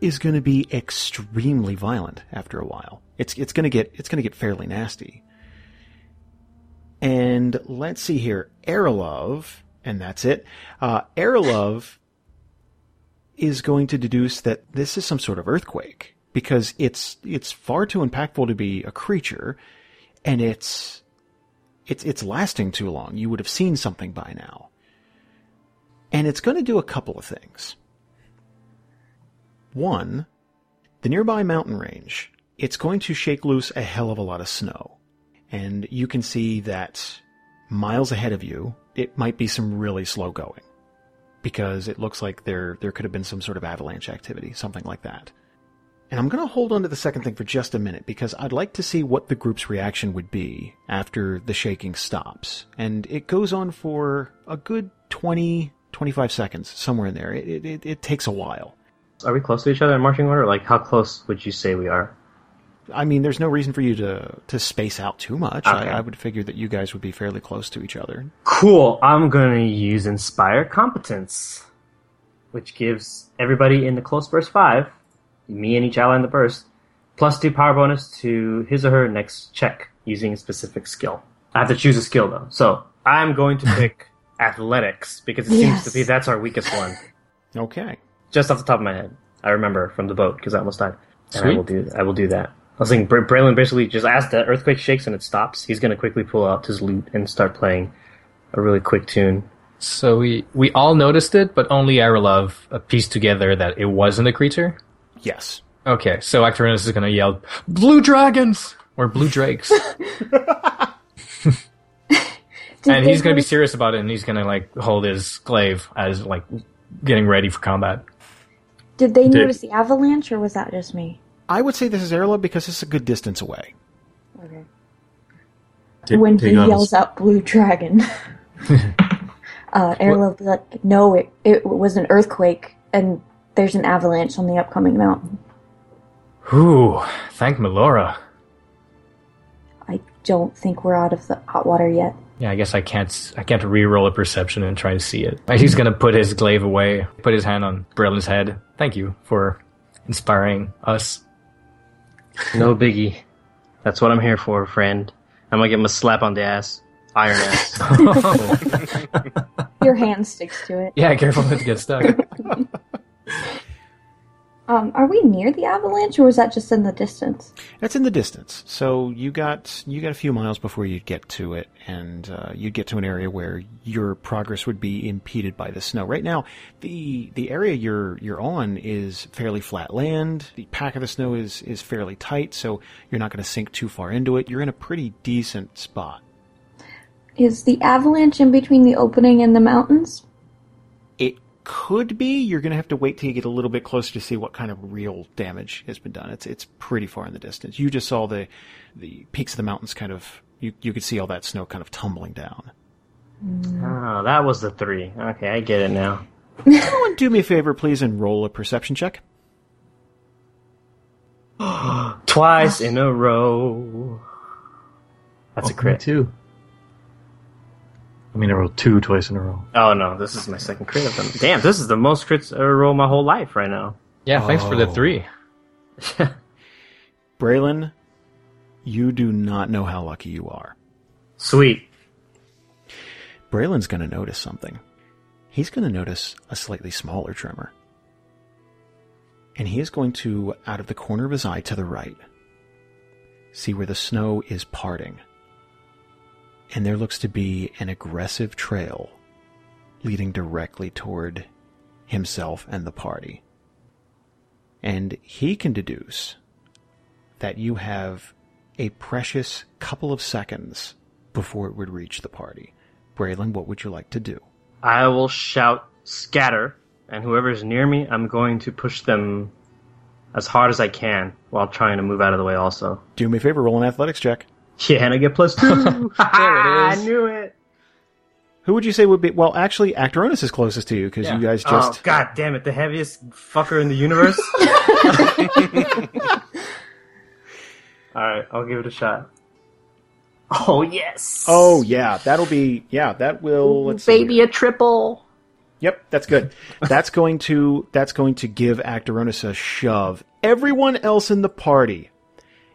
Speaker 3: is going to be extremely violent after a while. It's it's going to get it's going to get fairly nasty. And let's see here, Aerolove, and that's it. Uh, Aerolove is going to deduce that this is some sort of earthquake because it's it's far too impactful to be a creature, and it's it's it's lasting too long. You would have seen something by now. And it's going to do a couple of things. One, the nearby mountain range, it's going to shake loose a hell of a lot of snow. And you can see that miles ahead of you, it might be some really slow going because it looks like there there could have been some sort of avalanche activity, something like that. And I'm going to hold on to the second thing for just a minute because I'd like to see what the group's reaction would be after the shaking stops. And it goes on for a good 20, 25 seconds, somewhere in there. It, it, it takes a while.
Speaker 5: Are we close to each other in marching order? Like, how close would you say we are?
Speaker 3: I mean, there's no reason for you to, to space out too much.
Speaker 5: Okay.
Speaker 3: I, I would figure that you guys would be fairly close to each other.
Speaker 5: Cool. I'm gonna use Inspire Competence, which gives everybody in the close burst five, me and each ally in the burst, plus two power bonus to his or her next check using a specific skill. I have to choose a skill though, so I'm going to pick Athletics because it seems
Speaker 6: Yes.
Speaker 5: to be that's our weakest one,
Speaker 3: Okay.
Speaker 5: just off the top of my head. I remember from the boat because I almost died, and I
Speaker 7: Sweet.
Speaker 5: will do I will do that. I was thinking Bra- Braylon basically just as the earthquake shakes and it stops, he's gonna quickly pull out his lute and start playing a really quick tune.
Speaker 7: So we we all noticed it, but only Arilov uh, pieced together that it wasn't a creature.
Speaker 3: Yes.
Speaker 7: Okay, so Actorinus is gonna yell, "Blue dragons!" or "Blue drakes,"
Speaker 6: Did
Speaker 7: and
Speaker 6: they
Speaker 7: he's gonna be
Speaker 6: notice-
Speaker 7: serious about it, and he's gonna like hold his glaive as like getting ready for combat.
Speaker 6: Did they notice the avalanche, or was that just me?
Speaker 3: I would say this is Erla because it's a good distance away.
Speaker 6: Okay.
Speaker 4: Take-
Speaker 6: when he
Speaker 4: take on
Speaker 6: yells
Speaker 4: this-
Speaker 6: out "Blue Dragon," uh, Erla will be like, "No, it it was an earthquake, and there's an avalanche on the upcoming mountain."
Speaker 7: Whew! Thank Melora.
Speaker 6: I don't think we're out of the hot water yet.
Speaker 7: Yeah, I guess I can't s- I can't re-roll a perception and try to see it. Like, He's gonna put his glaive away, put his hand on Braylon's head. Thank you for inspiring us.
Speaker 5: No biggie. That's what I'm here for, friend. I'm gonna give him a slap on the ass. Iron ass.
Speaker 6: Your hand sticks to it.
Speaker 7: Yeah, careful not to get stuck.
Speaker 6: Um, are we near the avalanche, or was that just in the distance?
Speaker 3: That's in the distance, so you got you got a few miles before you'd get to it, and uh, you'd get to an area where your progress would be impeded by the snow. Right now, the the area you're you're on is fairly flat land. The pack of the snow is is fairly tight, so you're not going to sink too far into it. You're in a pretty decent spot.
Speaker 6: Is the avalanche in between the opening and the mountains?
Speaker 3: It could be. You're going to have to wait till you get a little bit closer to see what kind of real damage has been done. It's it's pretty far in the distance. You just saw the the peaks of the mountains kind of. You, you could see all that snow kind of tumbling down.
Speaker 5: oh, that was the three. Okay, I get it now.
Speaker 3: Someone do me a favor, please, and roll a perception check.
Speaker 5: Twice in a row. That's a
Speaker 4: Oh,
Speaker 5: crit.
Speaker 4: Two. I mean, I rolled two twice in a row.
Speaker 5: Oh no, this is my second crit of them. Damn, this is the most crits in a row my whole life right now.
Speaker 7: Yeah, thanks for the
Speaker 3: Oh.
Speaker 7: three.
Speaker 3: Braylon, you do not know how lucky you are.
Speaker 5: Sweet.
Speaker 3: Braylon's going to notice something. He's going to notice a slightly smaller tremor. And he is going to, out of the corner of his eye to the right, see where the snow is parting. And there looks to be an aggressive trail leading directly toward himself and the party. And he can deduce that you have a precious couple of seconds before it would reach the party. Braylon, what would you like to do?
Speaker 5: I will shout scatter, and whoever's near me, I'm going to push them as hard as I can while trying to move out of the way also.
Speaker 3: Do me a favor, roll an athletics check.
Speaker 5: Yeah, and I get plus two. there it is. I knew it.
Speaker 3: Who would you say would be? Well, actually, Actoronus is closest to you because you guys
Speaker 5: Oh
Speaker 3: just.
Speaker 5: god damn it, the heaviest fucker in the universe. Alright, I'll give it a shot. Oh yes.
Speaker 3: Oh, yeah, that'll be yeah, that will let's see
Speaker 5: Maybe
Speaker 3: here.
Speaker 5: a triple.
Speaker 3: Yep, that's good. that's going to that's going to give Actoronus a shove. Everyone else in the party,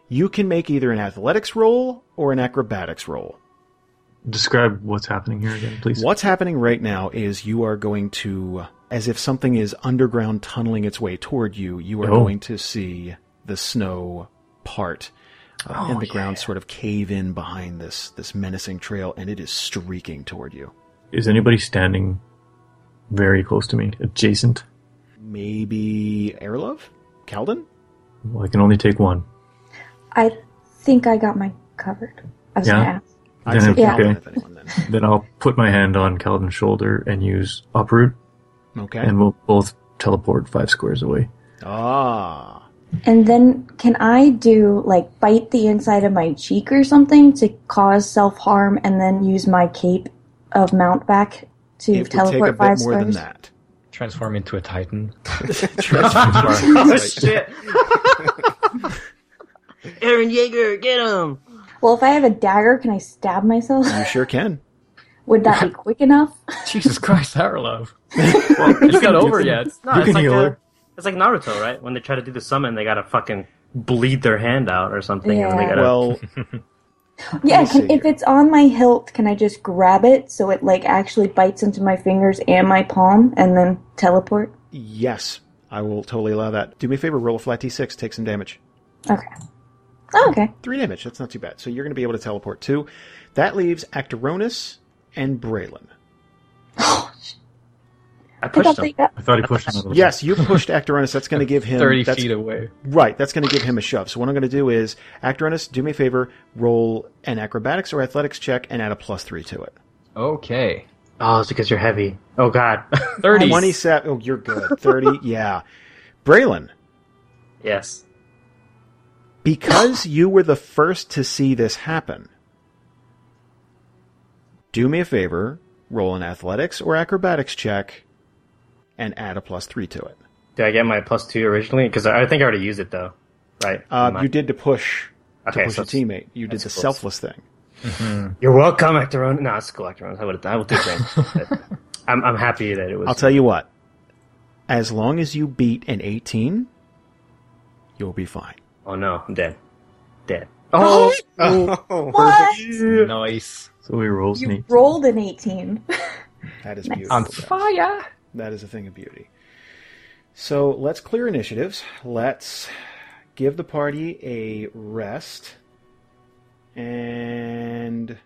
Speaker 3: you can make either an athletics roll or an acrobatics roll.
Speaker 4: Describe what's happening here again, please.
Speaker 3: What's happening right now is you are going to, as if something is underground tunneling its way toward you, you are
Speaker 4: Oh.
Speaker 3: going to see the snow part. Uh,
Speaker 4: Oh,
Speaker 3: and the ground sort of cave in behind this this menacing trail, and it is streaking toward you.
Speaker 4: Is anybody standing very close to me, adjacent?
Speaker 3: Maybe Airlove, Calden.
Speaker 4: Well, I can only take one.
Speaker 6: I think I got mine covered. I was
Speaker 4: Yeah?
Speaker 6: gonna ask.
Speaker 3: I'd say
Speaker 4: Then-
Speaker 6: Yeah.
Speaker 3: Calden
Speaker 4: okay.
Speaker 3: if anyone then.
Speaker 4: Then I'll put my hand on Calvin's shoulder and use uproot,
Speaker 3: Okay.
Speaker 4: and we'll both teleport five squares away.
Speaker 3: ah,
Speaker 6: And then can I do like bite the inside of my cheek or something to cause self harm, and then use my cape of Mountback to
Speaker 3: It would take
Speaker 6: teleport
Speaker 3: a
Speaker 6: five
Speaker 3: bit more than
Speaker 6: stars?
Speaker 3: that.
Speaker 7: Transform into a titan.
Speaker 5: Oh shit! Aaron Yeager, get him!
Speaker 6: Well, if I have a dagger, can I stab myself?
Speaker 3: You sure can.
Speaker 6: Would that be quick enough?
Speaker 7: Jesus Christ, our love.
Speaker 5: Well,
Speaker 7: It's not over yet.
Speaker 5: No,
Speaker 4: You
Speaker 5: it's
Speaker 4: can
Speaker 5: like,
Speaker 4: heal
Speaker 5: uh,
Speaker 4: her.
Speaker 5: it's like Naruto, right? When they try to do the summon, they gotta fucking bleed their hand out or something, and then they
Speaker 6: Yeah.
Speaker 5: gotta.
Speaker 3: Well,
Speaker 6: Yeah,
Speaker 3: me see
Speaker 6: can, if
Speaker 3: here.
Speaker 6: it's on my hilt, can I just grab it so it like actually bites into my fingers and my palm, and then teleport?
Speaker 3: yes, I will totally allow that. Do me a favor, roll a flat d6, take some damage.
Speaker 6: Okay. Oh, okay.
Speaker 3: Three damage, that's not too bad. So you're going to be able to teleport too. That leaves Actaronis and Braylon.
Speaker 5: I
Speaker 6: I
Speaker 5: pushed
Speaker 6: don't
Speaker 5: him.
Speaker 6: think that.
Speaker 4: I thought he pushed another.
Speaker 3: Yes, you pushed Actaronis. That's going to give him
Speaker 7: 30
Speaker 3: that's-
Speaker 7: feet away.
Speaker 3: Right, that's going to give him a shove. So what I'm going to do is, Actaronis, do me a favor, roll an acrobatics or athletics check and add a plus three to it.
Speaker 7: Okay.
Speaker 5: Oh, it's because you're heavy. Oh god.
Speaker 7: 30.
Speaker 3: 27. Oh, you're good. 30. yeah. Braylon,
Speaker 5: yes.
Speaker 3: because you were the first to see this happen, do me a favor, roll an athletics or acrobatics check and add a plus three to it.
Speaker 5: Did I get my plus two originally? Because I I think I already used it though. Right.
Speaker 3: Uh,
Speaker 5: Never
Speaker 3: you
Speaker 5: mind.
Speaker 3: did to push, to
Speaker 5: Okay,
Speaker 3: push
Speaker 5: so
Speaker 3: a teammate. You did
Speaker 5: that's
Speaker 3: the
Speaker 5: close.
Speaker 3: selfless thing.
Speaker 5: You're welcome, Actaron. No, it's cool, Actaron. I would I would take that. I'm I'm happy that it was.
Speaker 3: I'll tell you what. As long as you beat an 18, you'll be fine.
Speaker 5: Oh no, I'm dead. Dead.
Speaker 8: Oh, oh.
Speaker 6: What?
Speaker 7: Nice.
Speaker 4: So he rolls
Speaker 6: You
Speaker 4: me.
Speaker 6: rolled an 18.
Speaker 3: That is
Speaker 6: Nice.
Speaker 3: beautiful.
Speaker 7: On
Speaker 3: guys.
Speaker 7: fire.
Speaker 3: That is a thing of beauty. So let's clear initiatives. Let's give the party a rest. And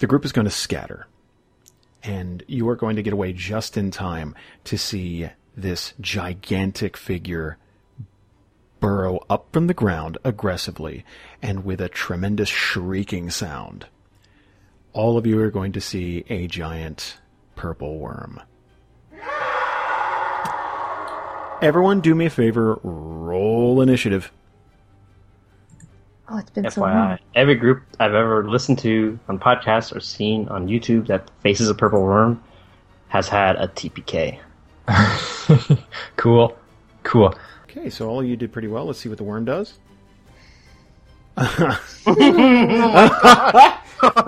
Speaker 3: the group is going to scatter. And you are going to get away just in time to see this gigantic figure burrow up from the ground aggressively and with a tremendous shrieking sound all of you are going to see a giant purple worm. Everyone, do me a favor, roll initiative.
Speaker 6: Oh, it's been so long.
Speaker 5: FYI, every group I've ever listened to on podcasts or seen on YouTube that faces a purple worm has had a TPK.
Speaker 7: cool. Cool.
Speaker 3: Okay, so all of you did pretty well. Let's see what the worm does.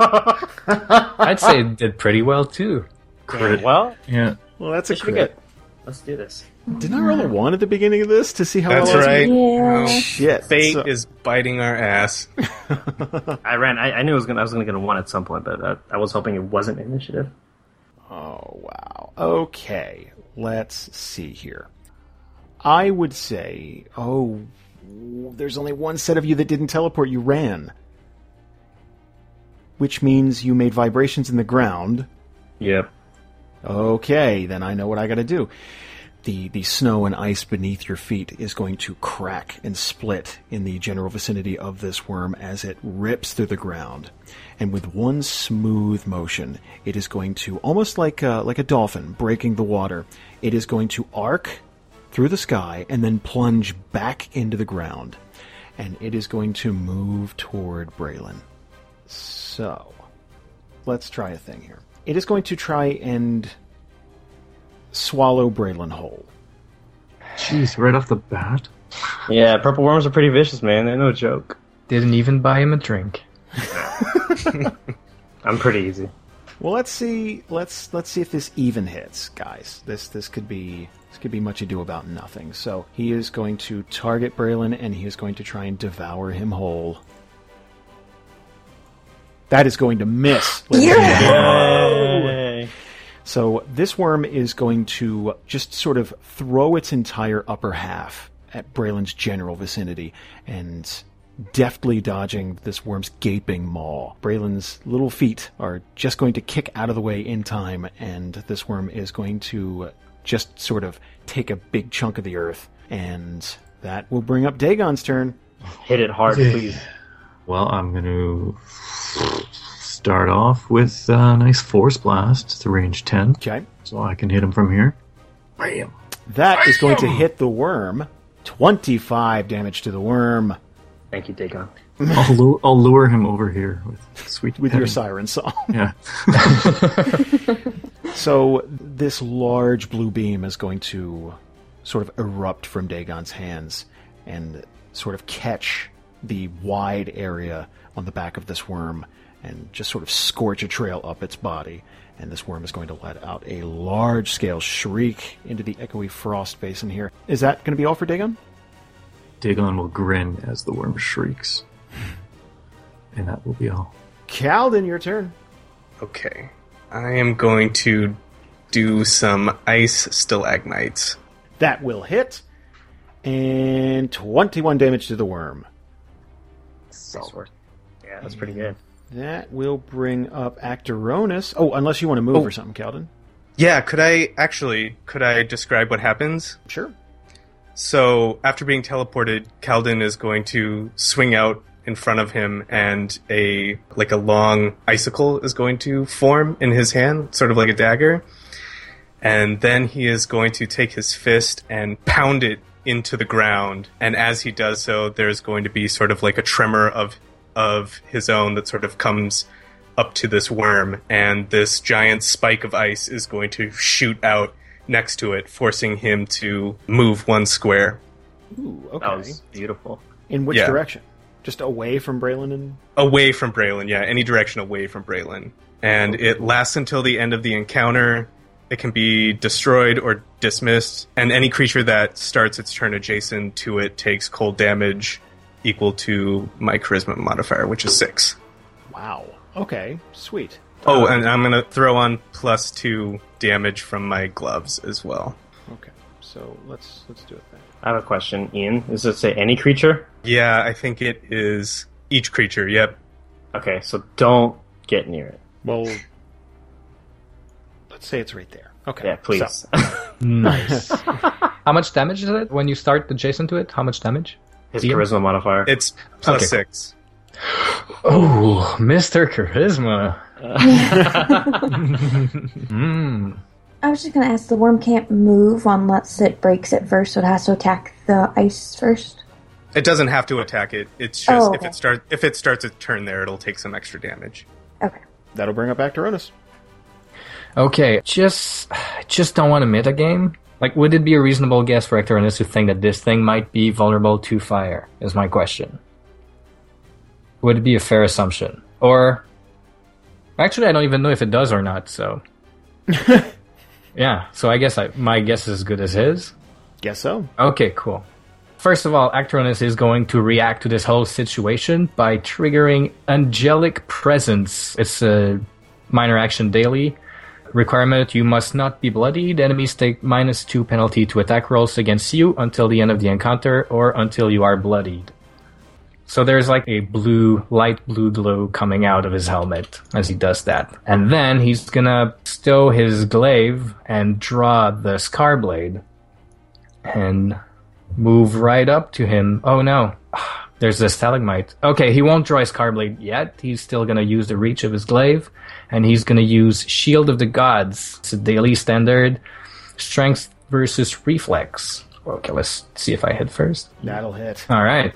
Speaker 7: I'd say it did pretty well too.
Speaker 5: Well,
Speaker 4: Yeah.
Speaker 3: Well, that's a
Speaker 5: it should be
Speaker 3: crit.
Speaker 5: let's do this.
Speaker 3: Didn't I roll a one at the beginning of this to see how
Speaker 8: That's
Speaker 3: well I was?
Speaker 8: right.
Speaker 6: Yeah.
Speaker 8: Oh,
Speaker 3: Shit.
Speaker 8: Fate
Speaker 3: so-
Speaker 8: is biting our ass.
Speaker 5: I ran. I, I knew I was gonna. I was gonna get a one at some point, but I, I was hoping it wasn't initiative.
Speaker 3: Oh, wow. Okay, let's see here. I would say, oh, there's only one set of you that didn't teleport. You ran. Which means you made vibrations in the ground.
Speaker 5: Yep.
Speaker 3: Okay, then I know what I gotta do. The, the snow and ice beneath your feet is going to crack and split in the general vicinity of this worm as it rips through the ground. And with one smooth motion, it is going to, almost like a, like a dolphin breaking the water, it is going to arc through the sky and then plunge back into the ground. And it is going to move toward Braylon. So, let's try a thing here. It is going to try and swallow Braylon whole.
Speaker 4: Jeez, right off the bat.
Speaker 5: Yeah, purple worms are pretty vicious, man. They're no joke.
Speaker 7: Didn't even buy him a drink.
Speaker 5: I'm pretty easy.
Speaker 3: Well, let's see. Let's let's see if this even hits, guys. This this could be this could be much ado about nothing. So he is going to target Braylon, and he is going to try and devour him whole. That is going to miss. ladies and
Speaker 6: Yeah.
Speaker 5: Yay.
Speaker 3: So this worm is going to just sort of throw its entire upper half at Braylon's general vicinity and deftly dodging this worm's gaping maw. Braylon's little feet are just going to kick out of the way in time and this worm is going to just sort of take a big chunk of the earth and that will bring up Dagon's turn.
Speaker 5: Hit it hard, please.
Speaker 4: Well, I'm going to start off with a nice force blast. It's a range 10,
Speaker 3: Okay.
Speaker 4: so I can hit him from here. Bam.
Speaker 3: That is going to hit the worm. 25 damage to the worm
Speaker 5: Thank you, Dagon.
Speaker 4: I'll, lu- I'll lure him over here with sweet
Speaker 3: with your siren
Speaker 4: petting.
Speaker 3: song.
Speaker 4: Yeah.
Speaker 3: So this large blue beam is going to sort of erupt from Dagon's hands and sort of catch the wide area on the back of this worm and just sort of scorch a trail up its body. And this worm is going to let out a large scale shriek into the echoey frost basin here. Is that going to be all for Dagon?
Speaker 4: Dagon will grin as the worm shrieks. And that will be all.
Speaker 3: Calden, your turn.
Speaker 8: Okay. I am going to do some ice stalagmites.
Speaker 3: That will hit. And 21 damage to the worm.
Speaker 5: Solid. Yeah, that's pretty good.
Speaker 3: That will bring up Actoronus. Oh, unless you want to move or something, Calden.
Speaker 8: Yeah, could I actually could I describe what happens?
Speaker 3: Sure.
Speaker 8: So after being teleported, Calden is going to swing out in front of him, and a like a long icicle is going to form in his hand, sort of like a dagger. And then he is going to take his fist and pound it into the ground. And as he does so, there's going to be sort of like a tremor of of his own that sort of comes up to this worm, and this giant spike of ice is going to shoot out next to it, forcing him to move one square
Speaker 3: Ooh, okay.
Speaker 5: That was beautiful.
Speaker 3: In which
Speaker 8: Yeah.
Speaker 3: direction? Just away from Braylon and
Speaker 8: away from Braylon. Yeah, any direction away from Braylon. And it lasts until the end of the encounter. It can be destroyed or dismissed, and any creature that starts its turn adjacent to it takes cold damage equal to my charisma modifier, which is six.
Speaker 3: Wow. Okay, sweet.
Speaker 8: Oh, and I'm gonna throw on plus two damage from my gloves as well.
Speaker 3: Okay. So let's let's do it then.
Speaker 5: I have a question, Ian. Does it say any creature?
Speaker 8: Yeah, I think it is each creature. Yep.
Speaker 5: Okay, so don't get near it.
Speaker 3: Well let's say it's right there. Okay.
Speaker 5: Yeah, please.
Speaker 3: So,
Speaker 7: Nice. How much damage is it when you start adjacent to it? How much damage?
Speaker 5: His
Speaker 7: Ian?
Speaker 5: charisma modifier.
Speaker 8: it's plus
Speaker 7: Okay.
Speaker 8: six.
Speaker 7: Oh, Mr. Charisma. Mm.
Speaker 6: I was just gonna ask. The worm can't move unless it breaks it first, so it has to attack the ice first.
Speaker 8: It doesn't have to attack it. It's just
Speaker 6: Oh,
Speaker 8: if
Speaker 6: okay.
Speaker 8: it start if it starts its turn there, it'll take some extra damage.
Speaker 6: Okay.
Speaker 3: that'll bring up Actoronus.
Speaker 7: Okay, just just don't want to meta game. Like, would it be a reasonable guess for Ectorinus to think that this thing might be vulnerable to fire? Is my question. Would it be a fair assumption? Or actually, I don't even know if it does or not. So, yeah. So I guess I, my guess is as good as his.
Speaker 3: Guess so.
Speaker 7: Okay, cool. First of all, Actronus is going to react to this whole situation by triggering Angelic Presence. It's a minor action daily requirement. You must not be bloodied. Enemies take minus two penalty to attack rolls against you until the end of the encounter or until you are bloodied. So there's like a blue, light blue glow coming out of his helmet as he does that. And then he's gonna stow his glaive and draw the scar blade and move right up to him. Oh no. There's a stalagmite. Okay, he won't draw his Carblade yet. He's still gonna use the reach of his glaive, and he's gonna use Shield of the Gods. It's a daily standard. Strength versus reflex. Okay, let's see if I hit first.
Speaker 3: That'll hit.
Speaker 7: Alright.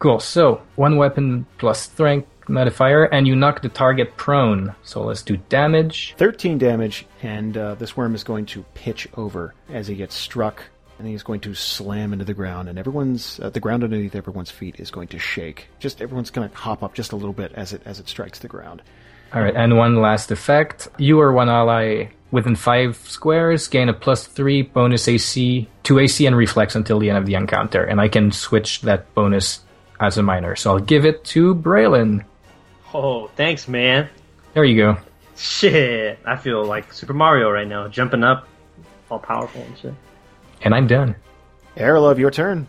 Speaker 7: Cool. So one weapon plus strength modifier, and you knock the target prone. So let's do damage.
Speaker 3: 13 damage, and uh, this worm is going to pitch over as he gets struck, and he's going to slam into the ground, and everyone's uh, the ground underneath everyone's feet is going to shake. Just everyone's going to hop up just a little bit as it as it strikes the ground.
Speaker 7: All right, and one last effect. You or one ally within five squares gain a plus three bonus AC to AC and reflex until the end of the encounter, and I can switch that bonus as a minor. So I'll give it to Braylon.
Speaker 5: oh, thanks, man.
Speaker 7: There you go.
Speaker 5: Shit. I feel like Super Mario right now, jumping up, all powerful and shit.
Speaker 7: And I'm done.
Speaker 3: Airlove, your turn.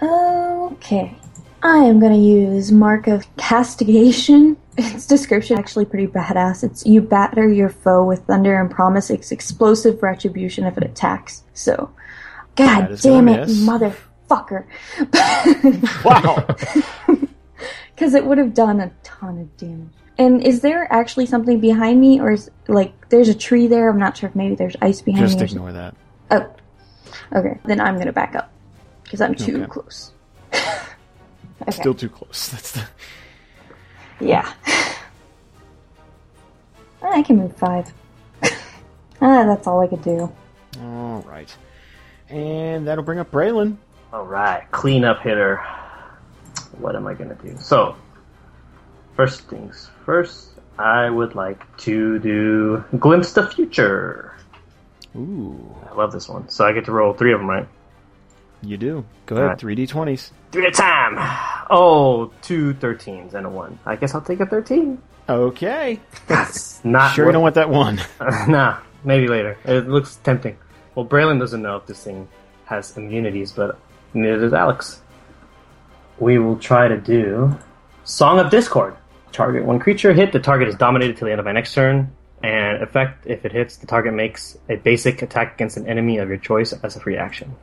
Speaker 6: Okay. I am going to use Mark of Castigation. Its description actually pretty badass. It's you batter your foe with thunder and promise its explosive retribution if it attacks. So,
Speaker 3: That
Speaker 6: god
Speaker 3: is
Speaker 6: damn
Speaker 3: gonna
Speaker 6: it,
Speaker 3: miss.
Speaker 6: motherfucker.
Speaker 3: Wow.
Speaker 6: Because it would have done a ton of damage. And is there actually something behind me, or is like there's a tree there? I'm not sure if maybe there's ice behind
Speaker 3: Just
Speaker 6: me. or
Speaker 3: ignore that.
Speaker 6: something. Oh, Okay, then I'm gonna back up because I'm too
Speaker 3: Okay.
Speaker 6: close.
Speaker 3: Still too close. That's the
Speaker 6: Yeah. I can move five. ah, that's all I could do.
Speaker 3: all right. And that'll bring up Braylon.
Speaker 5: All right, cleanup hitter. What am I gonna do? So, first things first, I would like to do glimpse the future.
Speaker 3: Ooh,
Speaker 5: I love this one, so I get to roll three of them, right?
Speaker 3: you do. Go
Speaker 5: All
Speaker 3: ahead.
Speaker 5: right.
Speaker 3: Three d twenties.
Speaker 5: Three at a time. Oh, two 13s and a one. I guess I'll take a thirteen.
Speaker 3: Okay.
Speaker 5: That's not
Speaker 3: Sure, you
Speaker 5: what-
Speaker 3: don't want that one.
Speaker 5: nah, maybe later. It looks tempting. Well, Braylon doesn't know if this thing has immunities, but neither does Alex. We will try to do Song of Discord. Target one creature hit. The target is dominated till the end of my next turn. And effect, if it hits, the target makes a basic attack against an enemy of your choice as a free action.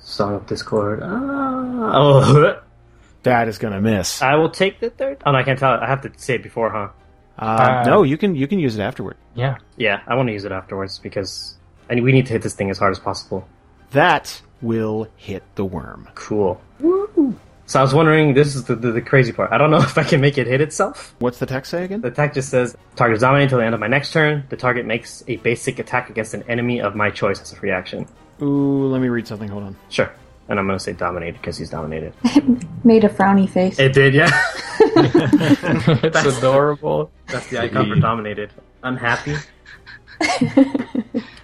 Speaker 5: Song of Discord. Ah, oh,
Speaker 3: That is gonna miss.
Speaker 5: I will take the third. Oh, no, I can't tell. I have to say it before, huh?
Speaker 3: Uh,
Speaker 7: Uh,
Speaker 3: no, you can you can use it afterward.
Speaker 7: Yeah.
Speaker 5: Yeah, I want to use it afterwards because I we need to hit this thing as hard as possible.
Speaker 3: That will hit the worm.
Speaker 5: Cool. So I was wondering, this is the, the, the crazy part. I don't know if I can make it hit itself.
Speaker 3: What's the text say again?
Speaker 5: The attack just says, target is dominated until the end of my next turn. The target makes a basic attack against an enemy of my choice as a free action.
Speaker 3: Ooh, let me read something. Hold on.
Speaker 5: Sure. And I'm going to say dominated because he's dominated.
Speaker 6: Made a frowny face.
Speaker 5: It did, yeah.
Speaker 7: it's adorable.
Speaker 5: That's the icon for dominated. Unhappy.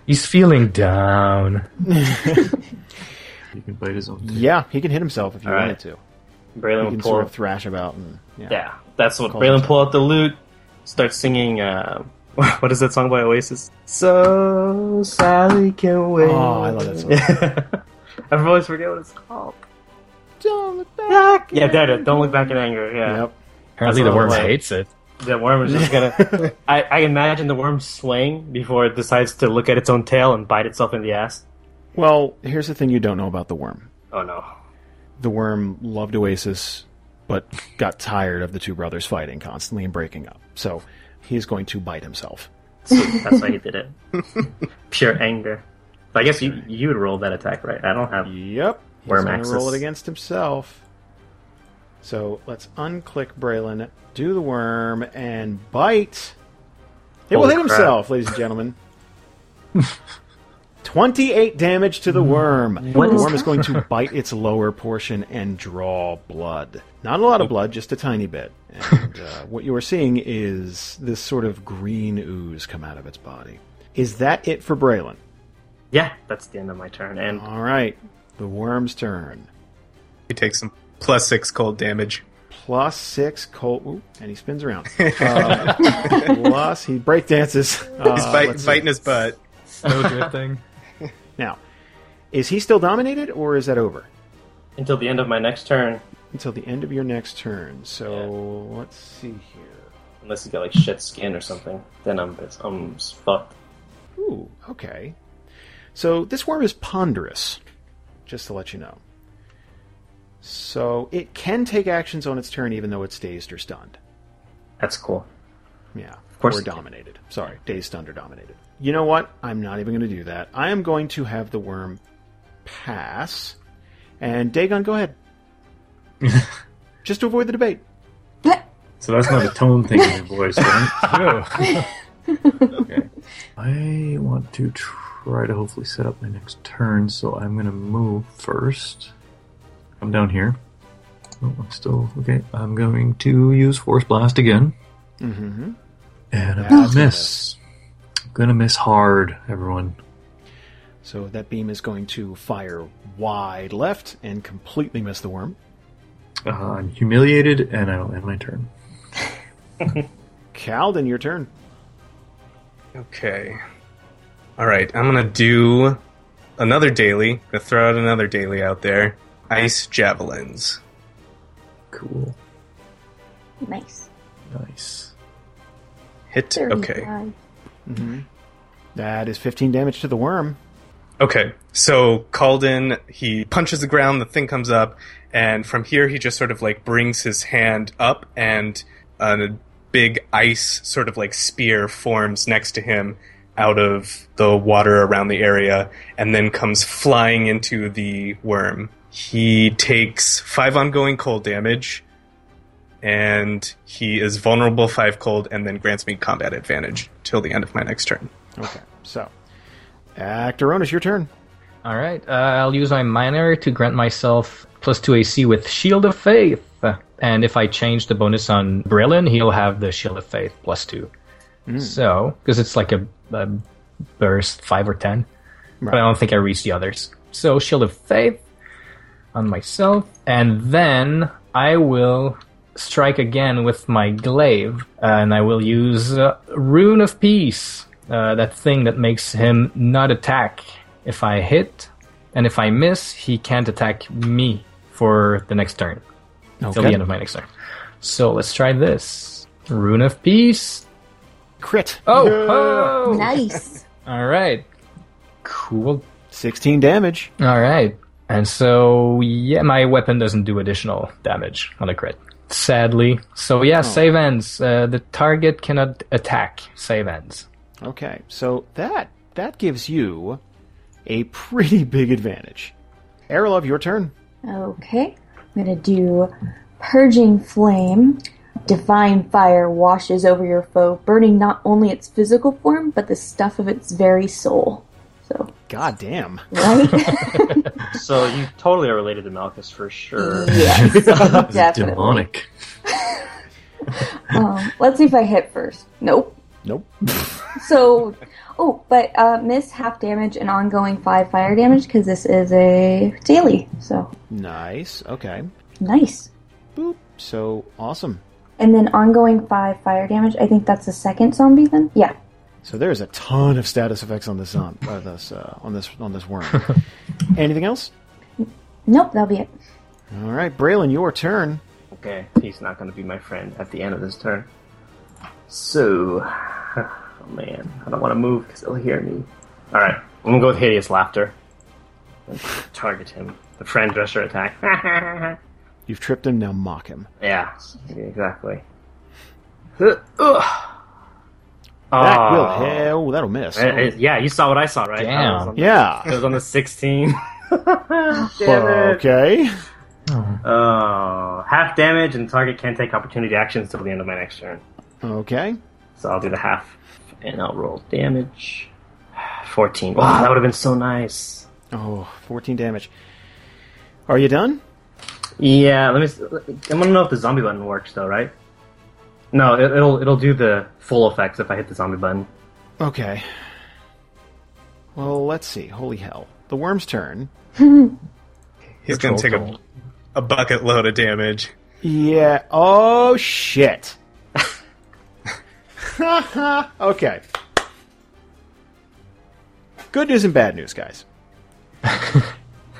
Speaker 7: He's feeling down.
Speaker 4: He can bite his own. tail.
Speaker 3: Yeah, he can hit himself if you
Speaker 5: All right.
Speaker 3: wanted to.
Speaker 5: Braylon
Speaker 3: He
Speaker 5: will
Speaker 3: can
Speaker 5: pull
Speaker 3: sort
Speaker 5: up.
Speaker 3: of thrash about and yeah.
Speaker 5: Yeah, that's what.
Speaker 3: Call
Speaker 5: Braylon
Speaker 3: himself.
Speaker 5: pull out the lute, start singing. Uh, what is that song by Oasis? So Sally can wait.
Speaker 3: Oh, I love that song.
Speaker 5: I always forget what it's called.
Speaker 3: Don't look back.
Speaker 5: Yeah, there it is. Don't look back in anger. Yeah,
Speaker 3: Yep.
Speaker 7: Apparently, the
Speaker 5: That's
Speaker 7: worm
Speaker 5: all right.
Speaker 7: hates it.
Speaker 5: the worm is just gonna. I, I imagine the worm swaying before it decides to look at its own tail and bite itself in the ass.
Speaker 3: Well, here's the thing you don't know about the worm.
Speaker 5: Oh no.
Speaker 3: The worm loved Oasis, but got tired of the two brothers fighting constantly and breaking up. So he is going to bite himself.
Speaker 5: So that's why he did it. Pure anger. But I guess you you would roll that attack, right? I don't have.
Speaker 3: Yep. He's
Speaker 5: Worm
Speaker 3: gonna
Speaker 5: axis.
Speaker 3: roll it against himself. So let's unclick Braylon, do the worm, and bite. It will
Speaker 5: Holy
Speaker 3: hit
Speaker 5: crap.
Speaker 3: himself, ladies and gentlemen. 28 damage to the worm.
Speaker 5: What
Speaker 3: the
Speaker 5: is
Speaker 3: worm is going to bite its lower portion and draw blood. Not a lot of blood, just a tiny bit. And uh, what you are seeing is this sort of green ooze come out of its body. Is that it for Braylon?
Speaker 5: Yeah, that's the end of my turn. And
Speaker 3: All right, the worm's turn.
Speaker 8: He takes some plus six cold damage.
Speaker 3: plus six cold, ooh, and he spins around. Um, plus, he break dances. Uh,
Speaker 8: He's bite,
Speaker 3: let's see.
Speaker 8: biting his butt.
Speaker 7: Snow drifting.
Speaker 3: Now, is he still dominated, or is that over
Speaker 5: until the end of my next turn,
Speaker 3: until the end of your next turn? So let's see here.
Speaker 5: Unless you got like shit skin or something, then I'm I'm fucked.
Speaker 3: Ooh, okay. So this worm is ponderous, just to let you know. So it can take actions on its turn, even though it's dazed or stunned.
Speaker 5: That's cool.
Speaker 3: Yeah. Of
Speaker 5: course
Speaker 3: Or
Speaker 5: it can.
Speaker 3: dominated. Sorry, dazed, stunned, or dominated. You know what? I'm not even going to do that. I am going to have the worm pass. And Dagon, go ahead. Just to avoid the debate.
Speaker 4: So that's not a tone thing in your voice, right?
Speaker 7: Oh.
Speaker 4: I want to try to hopefully set up my next turn, so I'm gonna move first. I'm down here. Oh, I'm still okay. I'm going to use force blast again,
Speaker 3: Mm-hmm.
Speaker 4: and I'm
Speaker 3: That's
Speaker 4: gonna miss. I'm gonna miss hard, everyone.
Speaker 3: So that beam is going to fire wide left and completely miss the worm.
Speaker 4: Uh, I'm humiliated, and I will end my turn.
Speaker 3: Calden, your turn.
Speaker 8: Okay. All right, I'm gonna do another daily. Gonna throw out another daily out there. Ice javelins.
Speaker 4: Cool.
Speaker 6: nice.
Speaker 4: Nice.
Speaker 8: Hit. Okay.
Speaker 6: Thirty-five.
Speaker 3: That is 15 damage to the worm.
Speaker 8: Okay, so Calden, he punches the ground, the thing comes up, and from here he just sort of like brings his hand up, and a big ice sort of like spear forms next to him, out of the water around the area and then comes flying into the worm. He takes five ongoing cold damage and he is vulnerable five cold and then grants me combat advantage till the end of my next turn.
Speaker 3: Okay, so Actoron, it's your turn.
Speaker 7: All right, uh, I'll use my minor to grant myself plus two AC with Shield of Faith, and if I change the bonus on Brillin, he'll have the Shield of Faith plus two. So, because it's like a, a burst five or ten, but I don't think I reach the others. So Shield of Faith on myself, and then I will strike again with my glaive, and I will use uh, Rune of Peace, uh, that thing that makes him not attack if I hit, and if I miss, he can't attack me for the next turn till the end of my next turn. So let's try this Rune of Peace.
Speaker 3: Crit.
Speaker 7: Oh, ho!
Speaker 6: Nice.
Speaker 7: all right, cool.
Speaker 3: 16 damage.
Speaker 7: All right, and so yeah, my weapon doesn't do additional damage on a crit. Sadly, so yeah, save ends. Uh, the target cannot attack. Save ends.
Speaker 3: Okay, so that that gives you a pretty big advantage. Aerolove, your turn.
Speaker 6: Okay. I'm going to do Purging Flame. Divine fire washes over your foe, burning not only its physical form, but the stuff of its very soul. So,
Speaker 3: God damn.
Speaker 6: right?
Speaker 5: So you totally are related to Malchus for sure.
Speaker 6: yes, definitely.
Speaker 4: Demonic.
Speaker 6: Um, let's see if I hit first. Nope.
Speaker 3: Nope.
Speaker 6: So, oh, but uh, miss half damage and ongoing five fire damage because this is a daily. So,
Speaker 3: nice. Okay.
Speaker 6: nice.
Speaker 3: Boop. So awesome.
Speaker 6: And then ongoing five fire damage. I think that's the second zombie then? Yeah.
Speaker 3: So there's a ton of status effects on this on uh, this uh, on this on this worm. Anything else?
Speaker 6: Nope, that'll be it.
Speaker 3: All right, Braylon, your turn.
Speaker 5: Okay, he's not going to be my friend at the end of this turn. So, oh man, I don't want to move because he'll hear me. All right, I'm gonna go with hideous laughter. And target him. The friend dresser attack.
Speaker 3: You've tripped him. Now mock him.
Speaker 5: yeah, exactly. Ugh. Ah.
Speaker 3: That will hell. That'll miss.
Speaker 5: Eh, eh, yeah, you saw what I saw, right? I
Speaker 7: Damn.
Speaker 5: was on the- It
Speaker 3: Yeah.
Speaker 5: was on the 16.
Speaker 3: Okay.
Speaker 5: Oh, half damage, and target can't take opportunity actions till the end of my next turn.
Speaker 3: Okay.
Speaker 5: So I'll do the half, and I'll roll damage. 14. Wow, that would have been so nice.
Speaker 3: Oh, 14 damage. Are you done?
Speaker 5: Yeah, let me. s- I want to know if the zombie button works though, right? No, it, it'll it'll do the full effects if I hit the zombie button.
Speaker 3: Okay. Well, let's see. Holy hell. The worm's turn.
Speaker 8: He's going to take a, a bucket load of damage.
Speaker 3: Yeah. Oh, shit. okay. Good news and bad news, guys.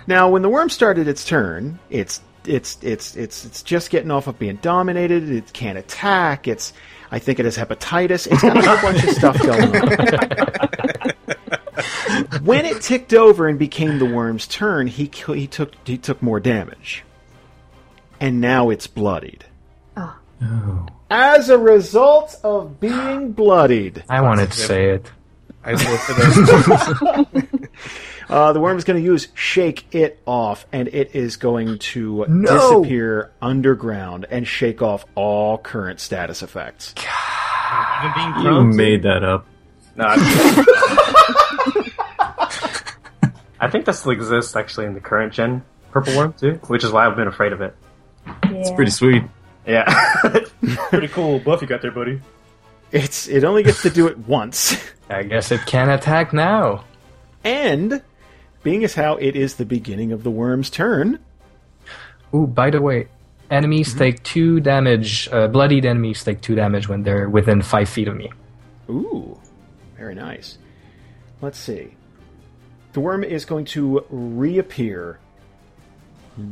Speaker 3: now, when the worm started its turn, it's it's it's it's it's just getting off of being dominated. It can't attack. It's I think it has hepatitis. It's got a whole bunch of stuff going on. when it ticked over and became the worm's turn, he ki- he took he took more damage, and now it's bloodied. As a result of being bloodied,
Speaker 7: I wanted to say it.
Speaker 8: I listed a-
Speaker 3: Uh, the worm is going to use Shake It Off, and it is going to
Speaker 7: No.
Speaker 3: disappear underground and shake off all current status effects.
Speaker 5: Even being
Speaker 4: You made that up.
Speaker 5: No, I, I think this still exists actually in the current gen purple worm too, which is why I've been afraid of it.
Speaker 6: Yeah.
Speaker 4: Pretty sweet.
Speaker 5: Yeah, pretty cool buff you got there, buddy.
Speaker 3: It's It only gets to do it once,
Speaker 7: I guess it can attack now.
Speaker 3: and being as how it is the beginning of the worm's turn,
Speaker 7: Ooh, by the way, enemies take two damage. Uh, bloodied enemies take two damage when they're within five feet of me.
Speaker 3: Ooh, very nice. Let's see. The worm is going to reappear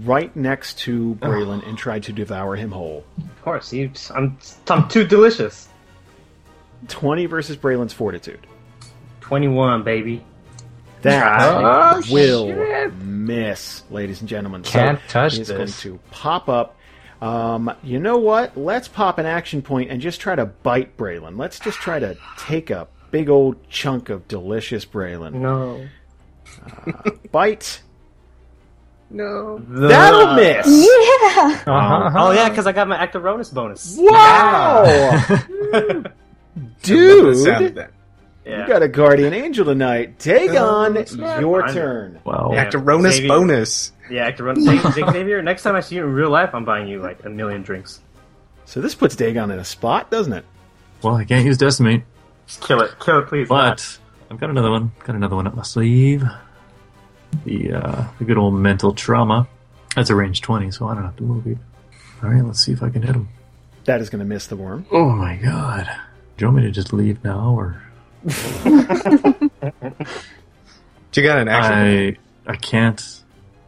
Speaker 3: right next to Braylon and try to devour him whole.
Speaker 5: Of course, you, I'm I'm too delicious.
Speaker 3: 20 versus Braylon's fortitude.
Speaker 5: Twenty one, baby.
Speaker 3: That
Speaker 8: Oh,
Speaker 3: will miss, ladies and gentlemen.
Speaker 7: Can't touch
Speaker 3: he's
Speaker 7: this.
Speaker 3: going to pop up. Um, you know what? Let's pop an action point and just try to bite Braylon. Let's just try to take a big old chunk of delicious
Speaker 7: Mm.
Speaker 3: Braylon.
Speaker 5: No.
Speaker 3: Bite.
Speaker 8: No.
Speaker 7: Uh,
Speaker 3: That'll miss.
Speaker 6: Yeah!
Speaker 4: Um,
Speaker 5: Oh yeah, because I got my active Ronus bonus.
Speaker 3: Wow,
Speaker 8: The sound of
Speaker 3: Oh. dude,
Speaker 8: that.
Speaker 5: Yeah.
Speaker 3: you got a guardian angel tonight. Dagon, your
Speaker 5: fine.
Speaker 3: turn.
Speaker 4: Wow.
Speaker 5: Yeah.
Speaker 8: Actoronus
Speaker 5: Xavier.
Speaker 8: bonus.
Speaker 5: Yeah, active Ronus. Zig- Zig Xavier, next time I see you in real life, I'm buying you like a million drinks.
Speaker 3: So this puts Dagon in a spot, doesn't it?
Speaker 4: Well, I can't use decimate,
Speaker 5: Just kill it, kill it, please.
Speaker 4: but I've got another one. Got another one up my sleeve. The uh, the good old mental trauma. That's a range twenty, so I don't have to move it. All right, let's see if I can hit him.
Speaker 3: That is going to miss the worm.
Speaker 4: Oh my god! Do you want me to just leave now, or
Speaker 8: You got an action.
Speaker 4: I I can't.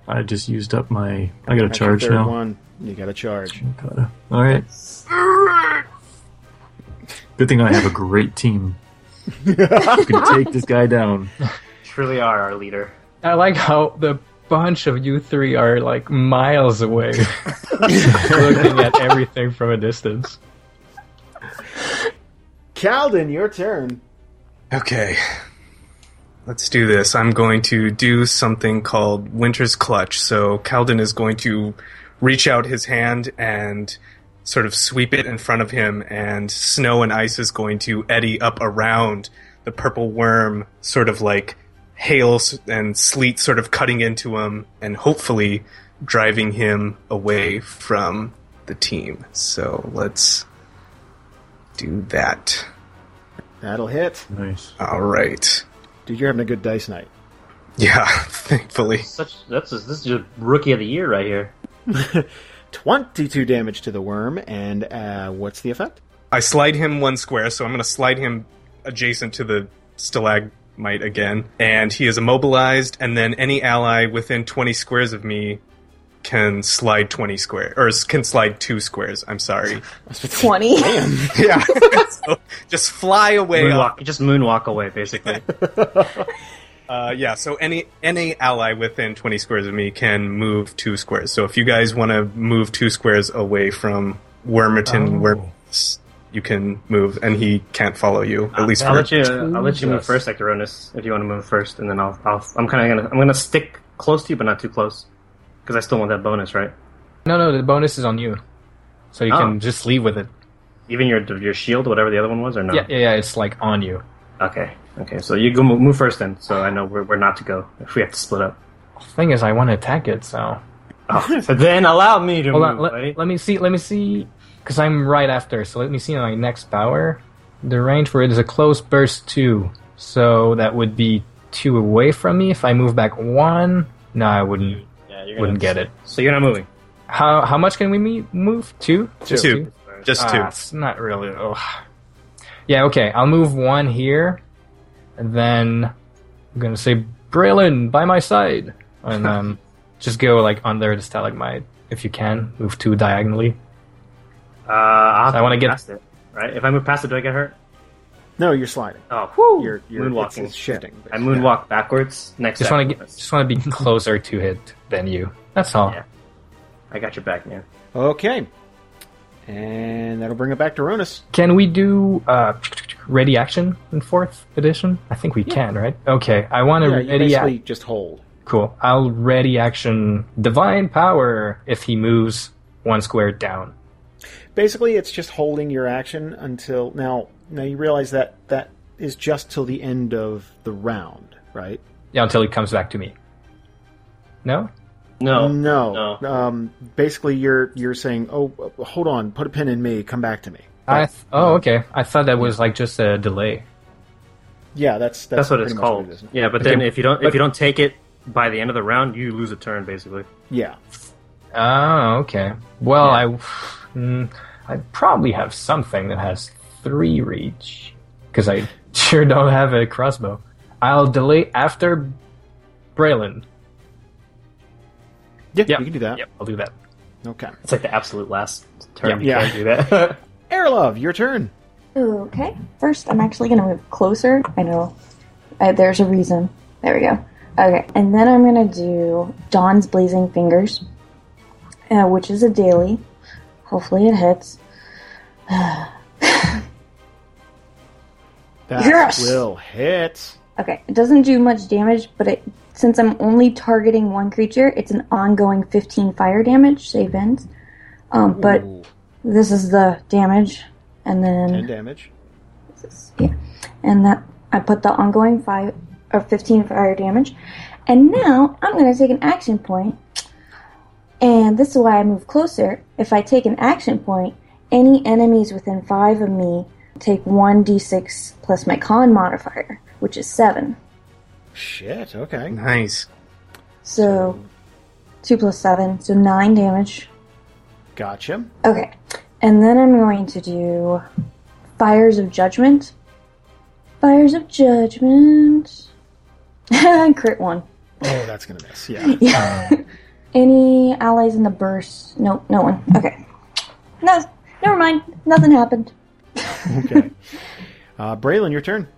Speaker 4: I just used up my. I got to
Speaker 3: That's
Speaker 4: charge
Speaker 3: your third
Speaker 4: now.
Speaker 3: One. You got to charge.
Speaker 4: Gotta. All right. Good thing I have a great team. Who can take this guy down.
Speaker 5: You truly are our leader.
Speaker 7: I like how the bunch of you three are like miles away, looking at everything from a distance.
Speaker 3: Calden, your turn.
Speaker 8: Okay. Let's do this. I'm going to do something called Winter's Clutch. So Calden is going to reach out his hand and sort of sweep it in front of him, and snow and ice is going to eddy up around the purple worm, sort of like hail s- and sleet sort of cutting into him, and hopefully driving him away from the team. So let's do that.
Speaker 3: That'll hit.
Speaker 4: Nice.
Speaker 8: All right.
Speaker 3: Dude, you're having a good dice night.
Speaker 8: Yeah, thankfully.
Speaker 5: Such that's just, this is your rookie of the year right here.
Speaker 3: 22 damage to the worm, and uh, what's the effect?
Speaker 8: I slide him one square, so I'm going to slide him adjacent to the stalagmite again. And he is immobilized, and then any ally within 20 squares of me can slide 20 square or s- can slide two squares. I'm sorry.
Speaker 6: 20.
Speaker 8: yeah. So, just fly away. off-
Speaker 5: Moonwalk, you just moonwalk away, basically.
Speaker 8: Uh, yeah, so any any ally within 20 squares of me can move two squares. So if you guys want to move two squares away from Wormerton, where you can move, and he can't follow you, at least
Speaker 5: Uh, I'll
Speaker 8: for
Speaker 5: let you. I'll let you move first, Actoronus, if you want to move first, and then I'll. I'll I'm kind of gonna. I'm gonna stick close to you, but not too close, because I still want that bonus, right?
Speaker 7: No, no, the bonus is on you, so you
Speaker 5: Oh.
Speaker 7: can just leave with it.
Speaker 5: Even your your shield, whatever the other one was, or no?
Speaker 7: Yeah, yeah, yeah, it's like on you.
Speaker 5: Okay. Okay. So you go move, move first, then, so I know where, where not to go if we have to split up.
Speaker 7: Thing is, I want to attack it, so
Speaker 5: Oh, so then allow me to
Speaker 7: hold
Speaker 5: move.
Speaker 7: on. Let,
Speaker 5: buddy.
Speaker 7: let me see. Let me see, because I'm right after. So let me see my next power. The range for it is a close burst two, so that would be two away from me. If I move back one, no, I wouldn't.
Speaker 5: yeah, you're gonna-
Speaker 7: Wouldn't get it.
Speaker 5: So you're not moving.
Speaker 7: How how much can we me- move? Two? Two.
Speaker 8: two. Just two.
Speaker 7: Ah, it's not really. ugh. Yeah, okay. I'll move one here, and then I'm gonna say Braylon by my side, and um, just go like under the stalagmite if you can. Move two diagonally.
Speaker 5: Uh, I'll have
Speaker 7: I wanna
Speaker 5: move
Speaker 7: get-
Speaker 5: past it. Right. If I move past it, do I get hurt?
Speaker 3: No, you're sliding.
Speaker 5: Oh, whew,
Speaker 3: You're, you're it's-
Speaker 5: moonwalking.
Speaker 3: It's shifting.
Speaker 5: I moonwalk backwards. Next.
Speaker 7: Just want to get,
Speaker 5: Actoronus.
Speaker 7: just want to be closer to hit than you. That's all.
Speaker 5: Yeah. I got your back, man.
Speaker 3: Okay. And that'll bring it back to Ronus.
Speaker 7: Can we do uh, ready action in fourth edition? I think we can, right? Okay. I want to
Speaker 3: Yeah, you
Speaker 7: ready action.
Speaker 3: basically just hold.
Speaker 7: Cool. I'll ready action divine power if he moves one square down.
Speaker 3: Basically, it's just holding your action until now. Now you realize that that is just till the end of the round, right?
Speaker 7: Yeah, until he comes back to me. No?
Speaker 5: No.
Speaker 3: no.
Speaker 5: no.
Speaker 3: Um, basically, you're you're saying, "Oh, uh, hold on, put a pin in me, come back to me."
Speaker 7: I th- oh, okay. I thought that was like just a delay.
Speaker 3: Yeah, that's that's,
Speaker 5: That's what
Speaker 3: pretty
Speaker 5: it's
Speaker 3: much
Speaker 5: called.
Speaker 3: it is.
Speaker 5: yeah, but then if you don't if you don't take it by the end of the round, you lose a turn basically.
Speaker 3: Yeah.
Speaker 7: Oh, okay. Well, I, mm, I probably have something that has three reach because I sure don't have a crossbow. I'll delay after Braylon.
Speaker 3: yeah,
Speaker 7: Yep.
Speaker 3: you can do that.
Speaker 7: Yep, I'll do that.
Speaker 3: Okay,
Speaker 5: It's like the absolute last turn.
Speaker 3: Yeah.
Speaker 5: Yeah, you can't do that.
Speaker 3: Airlove, your turn.
Speaker 6: Okay. First, I'm actually going to move closer. I know. Uh, there's a reason. There we go. Okay. And then I'm going to do Dawn's Blazing Fingers, uh, which is a daily. Hopefully it hits.
Speaker 3: That
Speaker 6: Yes!
Speaker 3: will hit.
Speaker 6: Okay, it doesn't do much damage, but it since I'm only targeting one creature, it's an ongoing 15 fire damage, save ends. Um, but
Speaker 3: Ooh,
Speaker 6: this is the damage, and
Speaker 3: ten
Speaker 6: then
Speaker 3: damage.
Speaker 6: yeah, and that I put the ongoing five or 15 fire damage, and now I'm gonna take an action point, and this is why I move closer. If I take an action point, any enemies within five of me take one d6 plus my con modifier, which is seven.
Speaker 3: Shit. Okay.
Speaker 8: Nice.
Speaker 6: So, two plus seven, so nine damage.
Speaker 3: Gotcha. Oh,
Speaker 6: Okay, and then I'm going to do fires of judgment. Fires of judgment. Crit one.
Speaker 3: Oh, that's gonna miss. Yeah.
Speaker 6: Yeah. Any allies in the burst? Nope, no one. Okay. No, never mind. Nothing happened.
Speaker 3: Okay. Uh, Braylon, your turn.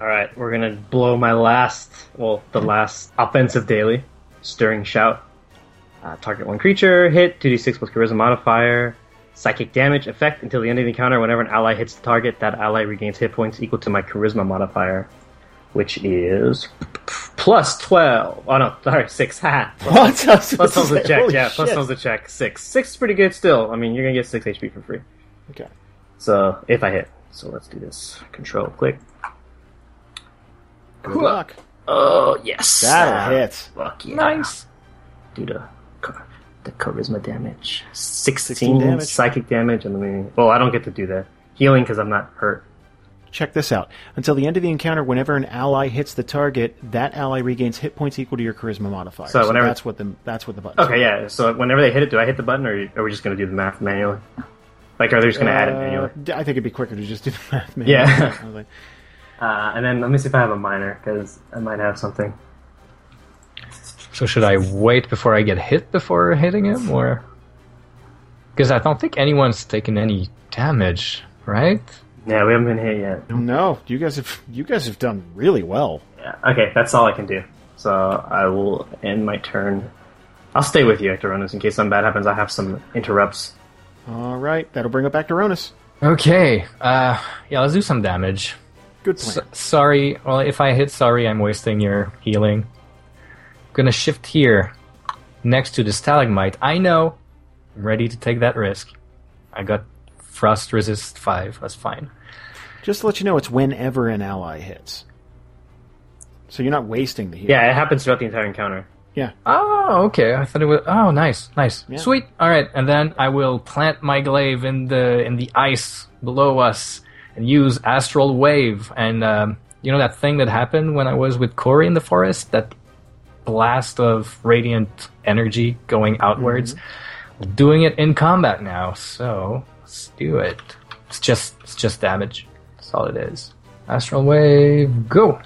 Speaker 5: All right, we're gonna blow my last, well, the last offensive daily, stirring shout. Uh, target one creature, hit 2d6 plus charisma modifier, psychic damage effect until the end of the encounter. Whenever an ally hits the target, that ally regains hit points equal to my charisma modifier, which is plus 12. Oh no, sorry, six. Ha.
Speaker 3: What?
Speaker 5: Plus 12 is a check. Yeah, plus 12 is a check. Six. Six is pretty good still. I mean, you're gonna get six HP for free.
Speaker 3: Okay.
Speaker 5: So if I hit, so let's do this. Control click.
Speaker 3: Good luck.
Speaker 5: Oh yes,
Speaker 3: That'll hit.
Speaker 5: Fuck yeah. Nice. Do the char- the charisma damage. 16,
Speaker 3: 16 damage.
Speaker 5: psychic damage, and then well, I don't get to do that healing because I'm not hurt.
Speaker 3: Check this out. Until the end of the encounter, whenever an ally hits the target, that ally regains hit points equal to your charisma modifier.
Speaker 5: So whenever-
Speaker 3: that's what the that's what the button.
Speaker 5: Okay, yeah. So whenever they hit it, do I hit the button, or are we just gonna do the math manually? Like, are they just gonna add it manually?
Speaker 3: Uh, I think it'd be quicker to just do the math. man.
Speaker 5: Yeah. Uh, and then let me see if I have a minor because I might have something.
Speaker 7: So should I wait before I get hit before hitting him, or because I don't think anyone's taken any damage, right?
Speaker 5: Yeah, we haven't been hit yet.
Speaker 3: no, you guys have you guys have done really well.
Speaker 5: Yeah. Okay, that's all I can do. So I will end my turn. I'll stay with you, Actoronus, in case something bad happens. I have some interrupts.
Speaker 3: All right, that'll bring up Actoronus.
Speaker 7: Okay. Uh, yeah, let's do some damage.
Speaker 3: Good
Speaker 7: S-
Speaker 3: plan.
Speaker 7: sorry. Well, if I hit sorry, I'm wasting your healing. Gonna shift here, next to the stalagmite. I know. I'm ready to take that risk. I got frost resist five. That's fine.
Speaker 3: Just to let you know, it's whenever an ally hits. So you're not wasting the heal.
Speaker 5: Yeah, it happens throughout the entire encounter.
Speaker 7: Oh, okay. I thought it was. Oh, nice, nice,
Speaker 3: Yeah.
Speaker 7: sweet. All right, and then I will plant my glaive in the in the ice below us and use astral wave. And um, you know that thing that happened when I was with Corey in the forest, that blast of radiant energy going outwards. Doing it in combat now, so let's do it. It's just it's just damage. That's all it is. Astral wave, go.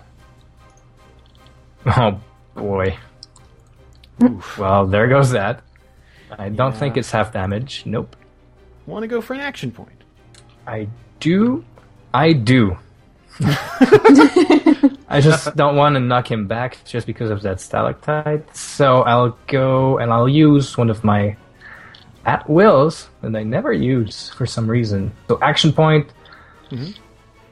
Speaker 7: Oh boy. Well, there goes that. I don't think it's half damage. Nope.
Speaker 3: Want to go for an action point?
Speaker 7: I do. I do. I just don't want to knock him back just because of that stalactite. So I'll go and I'll use one of my at wills that I never use for some reason. So action point,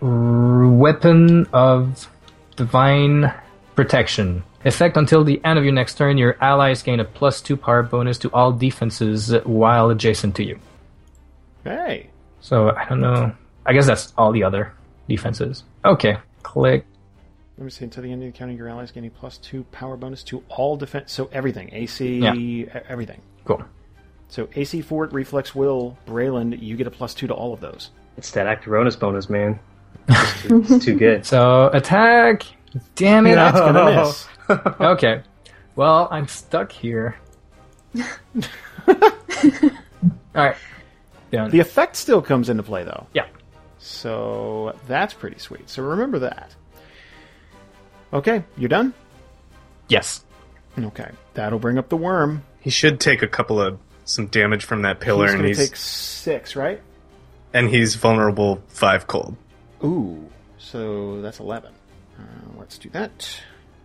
Speaker 7: R- weapon of divine protection. Effect until the end of your next turn, your allies gain a plus two power bonus to all defenses while adjacent to you.
Speaker 3: Hey,
Speaker 7: So I don't know. I guess that's all the other defenses. Okay. Click.
Speaker 3: let me see. Until the end of the encounter, your allies gain a plus two power bonus to all defense. So everything, AC,
Speaker 7: Yeah.
Speaker 3: e- everything.
Speaker 7: Cool.
Speaker 3: So AC Fort, Reflex, Will, Braylon, you get a plus two to all of those.
Speaker 5: It's that Actoronus bonus, man. It's too, it's too good.
Speaker 7: So attack. Damn it.
Speaker 3: That's gonna
Speaker 5: Oh.
Speaker 3: miss.
Speaker 7: Okay. Well, I'm stuck here. all right. Done.
Speaker 3: The effect still comes into play though,
Speaker 7: yeah.
Speaker 3: so that's pretty sweet. So remember that. Okay, you're done.
Speaker 7: Yes.
Speaker 3: Okay, that'll bring up the worm.
Speaker 8: He should take a couple of some damage from that pillar,
Speaker 3: he's
Speaker 8: and
Speaker 3: gonna
Speaker 8: he's
Speaker 3: take six, right?
Speaker 8: and he's vulnerable five cold.
Speaker 3: Ooh, so that's 11. Uh, let's do that.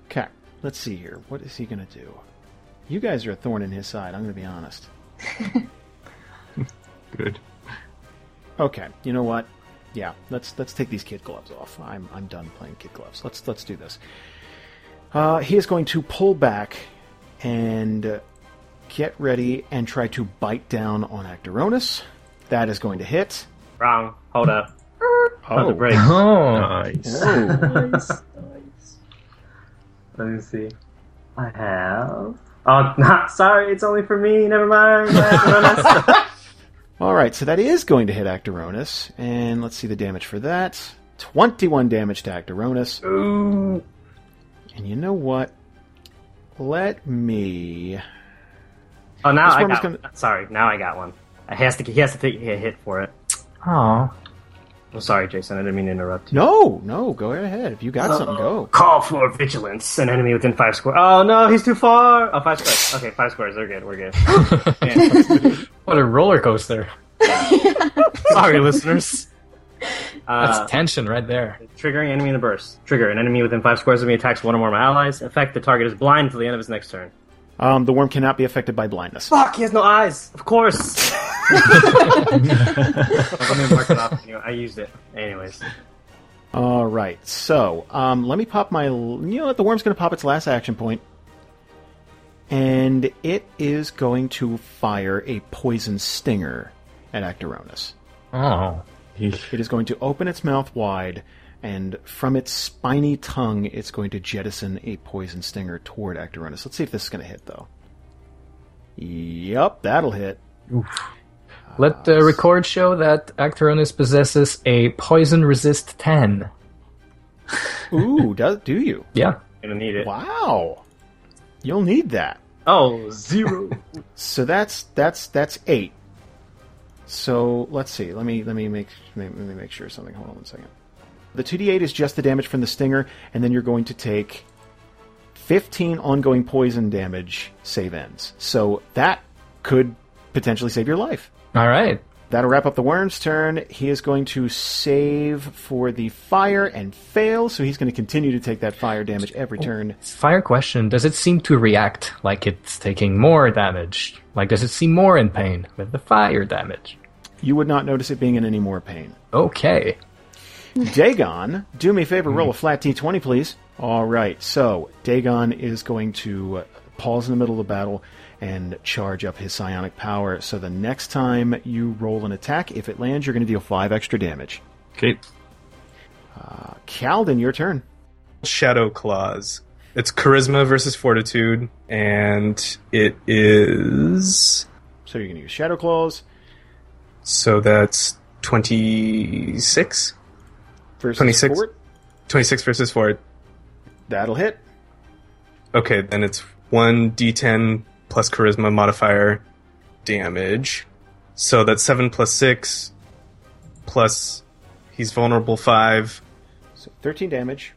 Speaker 3: Okay, let's see here. What is he going to do? You guys are a thorn in his side, I'm going to be honest.
Speaker 4: Good.
Speaker 3: Okay, you know what? yeah, let's let's take these kid gloves off. I'm I'm done playing kid gloves. Let's let's do this. Uh, he is going to pull back and uh, get ready and try to bite down on Actoronus. That is going to hit.
Speaker 5: Wrong. Hold up. Oh, the break.
Speaker 7: Oh,
Speaker 4: Nice.
Speaker 3: Whoa.
Speaker 5: Let me see. I have. Oh, not sorry. It's only for me. Never mind. Acronis.
Speaker 3: All right, so that is going to hit Actoronus, and let's see the damage for that. Twenty-one damage to Actoronus.
Speaker 5: Ooh.
Speaker 3: And you know what? Let me.
Speaker 5: Oh, now
Speaker 3: This
Speaker 5: I
Speaker 3: one was
Speaker 5: got. Sorry, now I got one. I has to. He has to take a hit for it.
Speaker 7: oh,
Speaker 5: I'm sorry, Jason. I didn't mean to interrupt you.
Speaker 3: No, no, go ahead. If you got something, go.
Speaker 5: Call for vigilance. An enemy within five squares. Oh no, he's too far. Oh, five squares. Okay, five squares. They're good. We're good.
Speaker 7: what a roller coaster!
Speaker 5: sorry, listeners.
Speaker 7: That's
Speaker 5: Uh,
Speaker 7: tension right there.
Speaker 5: triggering enemy in the burst. Trigger an enemy within five squares of me attacks one or more of my allies. In fact, the target is blind until the end of his next turn.
Speaker 3: Um, the worm cannot be affected by blindness.
Speaker 5: Fuck, he has no eyes. Of course. Let me mark it off. Anyway, I used it. Anyways.
Speaker 3: All right, so um, let me pop my. You know what? The worm's going to pop its last action point, and it is going to fire a poison stinger at Actoronus.
Speaker 7: Oh,
Speaker 3: It is going to open its mouth wide, and from its spiny tongue, it's going to jettison a poison stinger toward Actoronus. Let's see if this is going to hit, though. Yep, that'll hit.
Speaker 7: let the record show that Actoronus possesses a poison resist ten.
Speaker 3: Ooh, do, do you?
Speaker 7: Yeah,
Speaker 5: Gonna need it.
Speaker 3: Wow, you'll need that.
Speaker 5: Oh, zero.
Speaker 3: So that's that's that's eight. So let's see. Let me let me make let me make sure of something. Hold on one second. The two d eight is just the damage from the stinger, and then you're going to take fifteen ongoing poison damage. Save ends. So that could potentially save your life.
Speaker 7: all right.
Speaker 3: That'll wrap up the worm's turn. He is going to save for the fire and fail, so he's going to continue to take that fire damage every turn.
Speaker 7: Fire question: Does it seem to react like it's taking more damage? Like, does it seem more in pain with the fire damage?
Speaker 3: You would not notice it being in any more pain.
Speaker 7: Okay.
Speaker 3: Dagon, do me a favor,
Speaker 8: Hmm.
Speaker 3: roll a flat d20, please. All right, so Dagon is going to uh, pause in the middle of the battle and charge up his psionic power. So the next time you roll an attack, if it lands, you're going to deal five extra damage.
Speaker 4: Okay.
Speaker 3: Calden, your turn.
Speaker 8: Shadow Claws. It's charisma versus fortitude, and it is
Speaker 3: So you're going to use Shadow Claws
Speaker 8: so that's twenty six.
Speaker 3: versus
Speaker 8: 26.
Speaker 3: Fort.
Speaker 8: 26 versus 4.
Speaker 3: That'll hit.
Speaker 8: Okay, then it's 1 d10 plus charisma modifier damage. So that's 7 plus 6 plus he's vulnerable 5
Speaker 3: So 13 damage.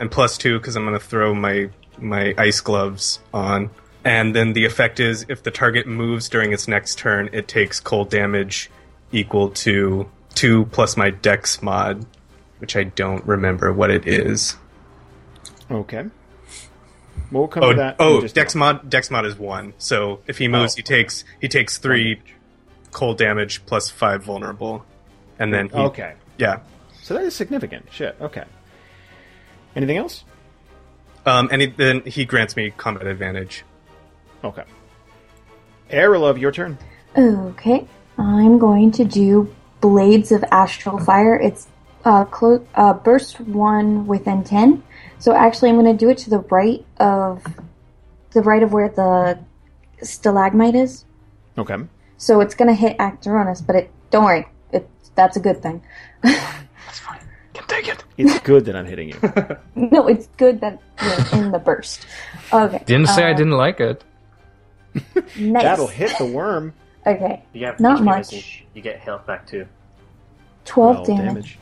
Speaker 8: and plus 2 cuz I'm going to throw my my ice gloves on. And then the effect is if the target moves during its next turn, it takes cold damage equal to 2 plus my dex mod, which I don't remember what it is.
Speaker 3: Okay. We'll come
Speaker 8: Oh,
Speaker 3: to that.
Speaker 8: oh
Speaker 3: in just a
Speaker 8: Dex
Speaker 3: moment.
Speaker 8: mod Dex mod is one. So if he moves,
Speaker 3: Oh.
Speaker 8: he takes he takes three cold damage plus five vulnerable, and then he,
Speaker 3: Okay.
Speaker 8: yeah.
Speaker 3: So that is significant. Shit. Okay. Anything else?
Speaker 8: Um, and he, then he grants me combat advantage.
Speaker 3: Okay. Aerolove, your turn.
Speaker 6: Okay, I'm going to do Blades of Astral Fire. It's uh, clo- uh, burst one within ten. So actually, I'm going to do it to the right of the right of where the stalagmite is.
Speaker 3: Okay.
Speaker 6: So it's going to hit Actoronus, but it don't worry, it that's a good thing.
Speaker 3: It's good that I'm hitting you.
Speaker 6: no, it's good that you're in the burst. Okay,
Speaker 7: Didn't say I
Speaker 6: uh,
Speaker 7: didn't like it.
Speaker 6: Nice.
Speaker 3: That'll hit the worm.
Speaker 6: Okay,
Speaker 5: You got
Speaker 6: Not
Speaker 5: HP
Speaker 6: much.
Speaker 5: missing. You get health back too.
Speaker 6: twelve damage.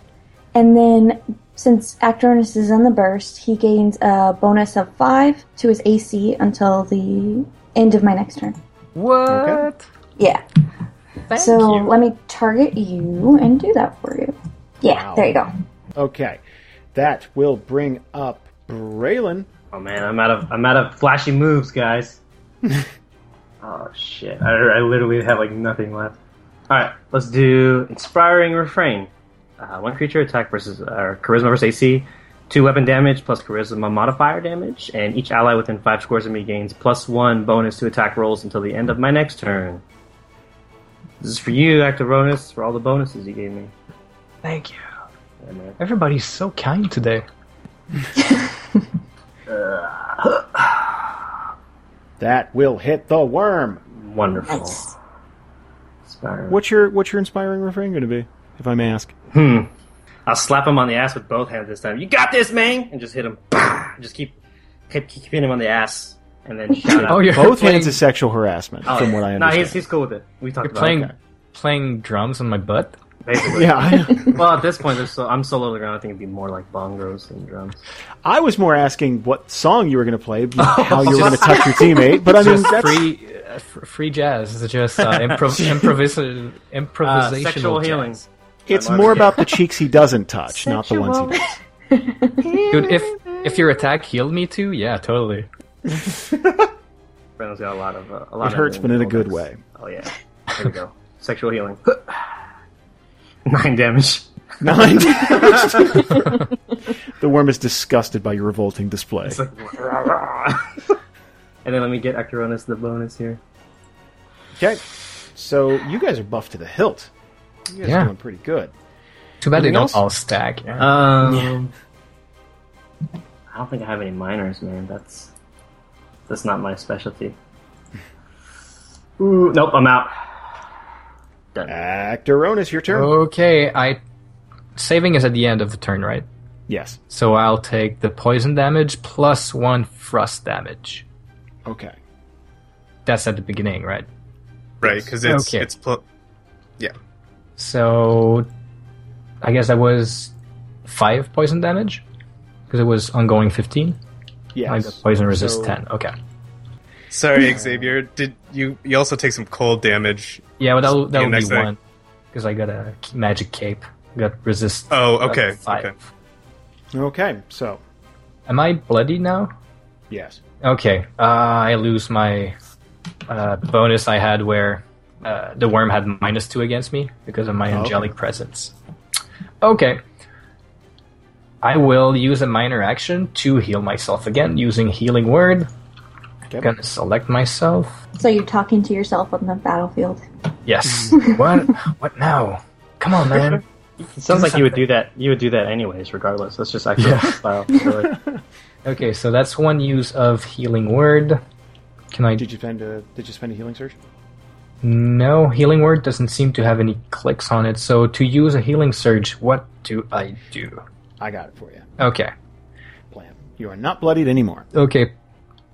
Speaker 6: And then, since Actorinus is in the burst, he gains a bonus of 5 to his AC until the end of my next turn.
Speaker 7: What?
Speaker 3: Okay.
Speaker 6: Yeah. so, let me target you and do that for you. Yeah,
Speaker 3: Wow.
Speaker 6: there you go.
Speaker 3: Okay. That will bring up Braylon.
Speaker 5: Oh man, I'm out of I'm out of flashy moves, guys. oh shit, I, I literally have like nothing left. All right, let's do inspiring refrain. Uh, Uh, one creature attack versus uh, charisma versus AC, two weapon damage plus charisma modifier damage, and each ally within five squares of me gains plus one bonus to attack rolls until the end of my next turn. This is for you, Activonus, for all the bonuses you gave me.
Speaker 7: Thank you.
Speaker 5: Yeah, man.
Speaker 7: Everybody's so kind today.
Speaker 3: That will hit the worm.
Speaker 5: Wonderful.
Speaker 6: Nice.
Speaker 5: Inspiring.
Speaker 3: What's your what's your inspiring refrain going to be, if I may ask?
Speaker 5: Hmm. I'll slap him on the ass with both hands this time. You got this, man! And just hit him. Bah! Just keep, keep keep hitting him on the ass, and then shout out.
Speaker 7: Oh, you're
Speaker 3: Both
Speaker 7: playing,
Speaker 3: hands is sexual harassment,
Speaker 5: Oh,
Speaker 3: from
Speaker 5: yeah.
Speaker 3: what I
Speaker 5: No, he's,
Speaker 3: understand.
Speaker 5: he's cool with it. We talked about
Speaker 7: playing
Speaker 5: it.
Speaker 7: playing drums on my butt.
Speaker 5: Basically.
Speaker 3: yeah, I,
Speaker 5: Well, at this point, there's so, I'm so low to the ground. I think it'd be more like bongos than drums.
Speaker 3: I was more asking what song you were going to play, how you were going to touch your teammate. But I mean,
Speaker 7: just
Speaker 3: that's
Speaker 7: free uh, f- free jazz. It's just uh, improv- improvis-
Speaker 5: Uh,
Speaker 7: improvisational
Speaker 5: sexual
Speaker 7: jazz.
Speaker 5: healing.
Speaker 3: it's
Speaker 5: Mark.
Speaker 3: more about the cheeks he doesn't touch, not the ones he does.
Speaker 7: Dude, if if your attack healed me too, yeah, totally.
Speaker 5: Brandon's got a lot of uh, a lot.
Speaker 3: It hurts,
Speaker 5: of
Speaker 3: but in a good
Speaker 5: holdbacks.
Speaker 3: way.
Speaker 5: Oh yeah. There we go. Sexual healing. Nine damage.
Speaker 3: Nine. the worm is disgusted by your revolting display.
Speaker 5: It's like, and then let me get Actaronis the bonus here.
Speaker 3: Okay, so you guys are buffed to the hilt. You guys
Speaker 7: Yeah.
Speaker 3: are doing pretty good.
Speaker 7: Too bad they
Speaker 3: Anything
Speaker 7: don't
Speaker 3: else?
Speaker 7: all stack. Yeah.
Speaker 5: Um, I don't think I have any minors, man. That's that's not my specialty. Ooh, nope, I'm out. Done.
Speaker 3: Actoronus, your
Speaker 7: Oh.
Speaker 3: turn.
Speaker 7: okay, I saving is at the end of the turn, right?
Speaker 3: Yes.
Speaker 7: So I'll take the poison damage plus one frost damage.
Speaker 3: Okay.
Speaker 7: That's at the beginning, right?
Speaker 8: right? Because it's
Speaker 7: Okay.
Speaker 8: it's pl-
Speaker 7: So I guess that was five poison damage because it was ongoing fifteen. I got
Speaker 3: Yes.
Speaker 7: poison resist
Speaker 3: So-
Speaker 7: ten. Okay.
Speaker 8: sorry, Xavier. Did you you also take some cold damage?
Speaker 7: Yeah, well, that'll, that'll
Speaker 8: next
Speaker 7: be
Speaker 8: thing.
Speaker 7: one because I got a magic cape. Got resist.
Speaker 8: Oh,
Speaker 7: uh,
Speaker 8: okay,
Speaker 7: five.
Speaker 8: okay.
Speaker 3: Okay. So
Speaker 7: Am I bloody now?
Speaker 3: yes.
Speaker 7: Okay, uh, I lose my uh, bonus I had where uh, the worm had minus two against me because of my
Speaker 3: Oh, okay.
Speaker 7: angelic presence. Okay. I will use a minor action to heal myself again using healing word.
Speaker 3: Okay.
Speaker 7: Gonna select myself.
Speaker 6: So you're talking to yourself on the battlefield.
Speaker 7: Yes. what? What now? Come on, man.
Speaker 5: It sounds like you would do that. You would do that anyways, regardless. That's just Actaronis style. really.
Speaker 7: Okay, so that's one use of healing word. Can I
Speaker 3: Did you spend a Did you spend a healing surge?
Speaker 7: No, healing word doesn't seem to have any clicks on it. So to use a healing surge, what do I do?
Speaker 3: I got it for you.
Speaker 7: Okay,
Speaker 3: Plan. You are not bloodied anymore.
Speaker 7: okay,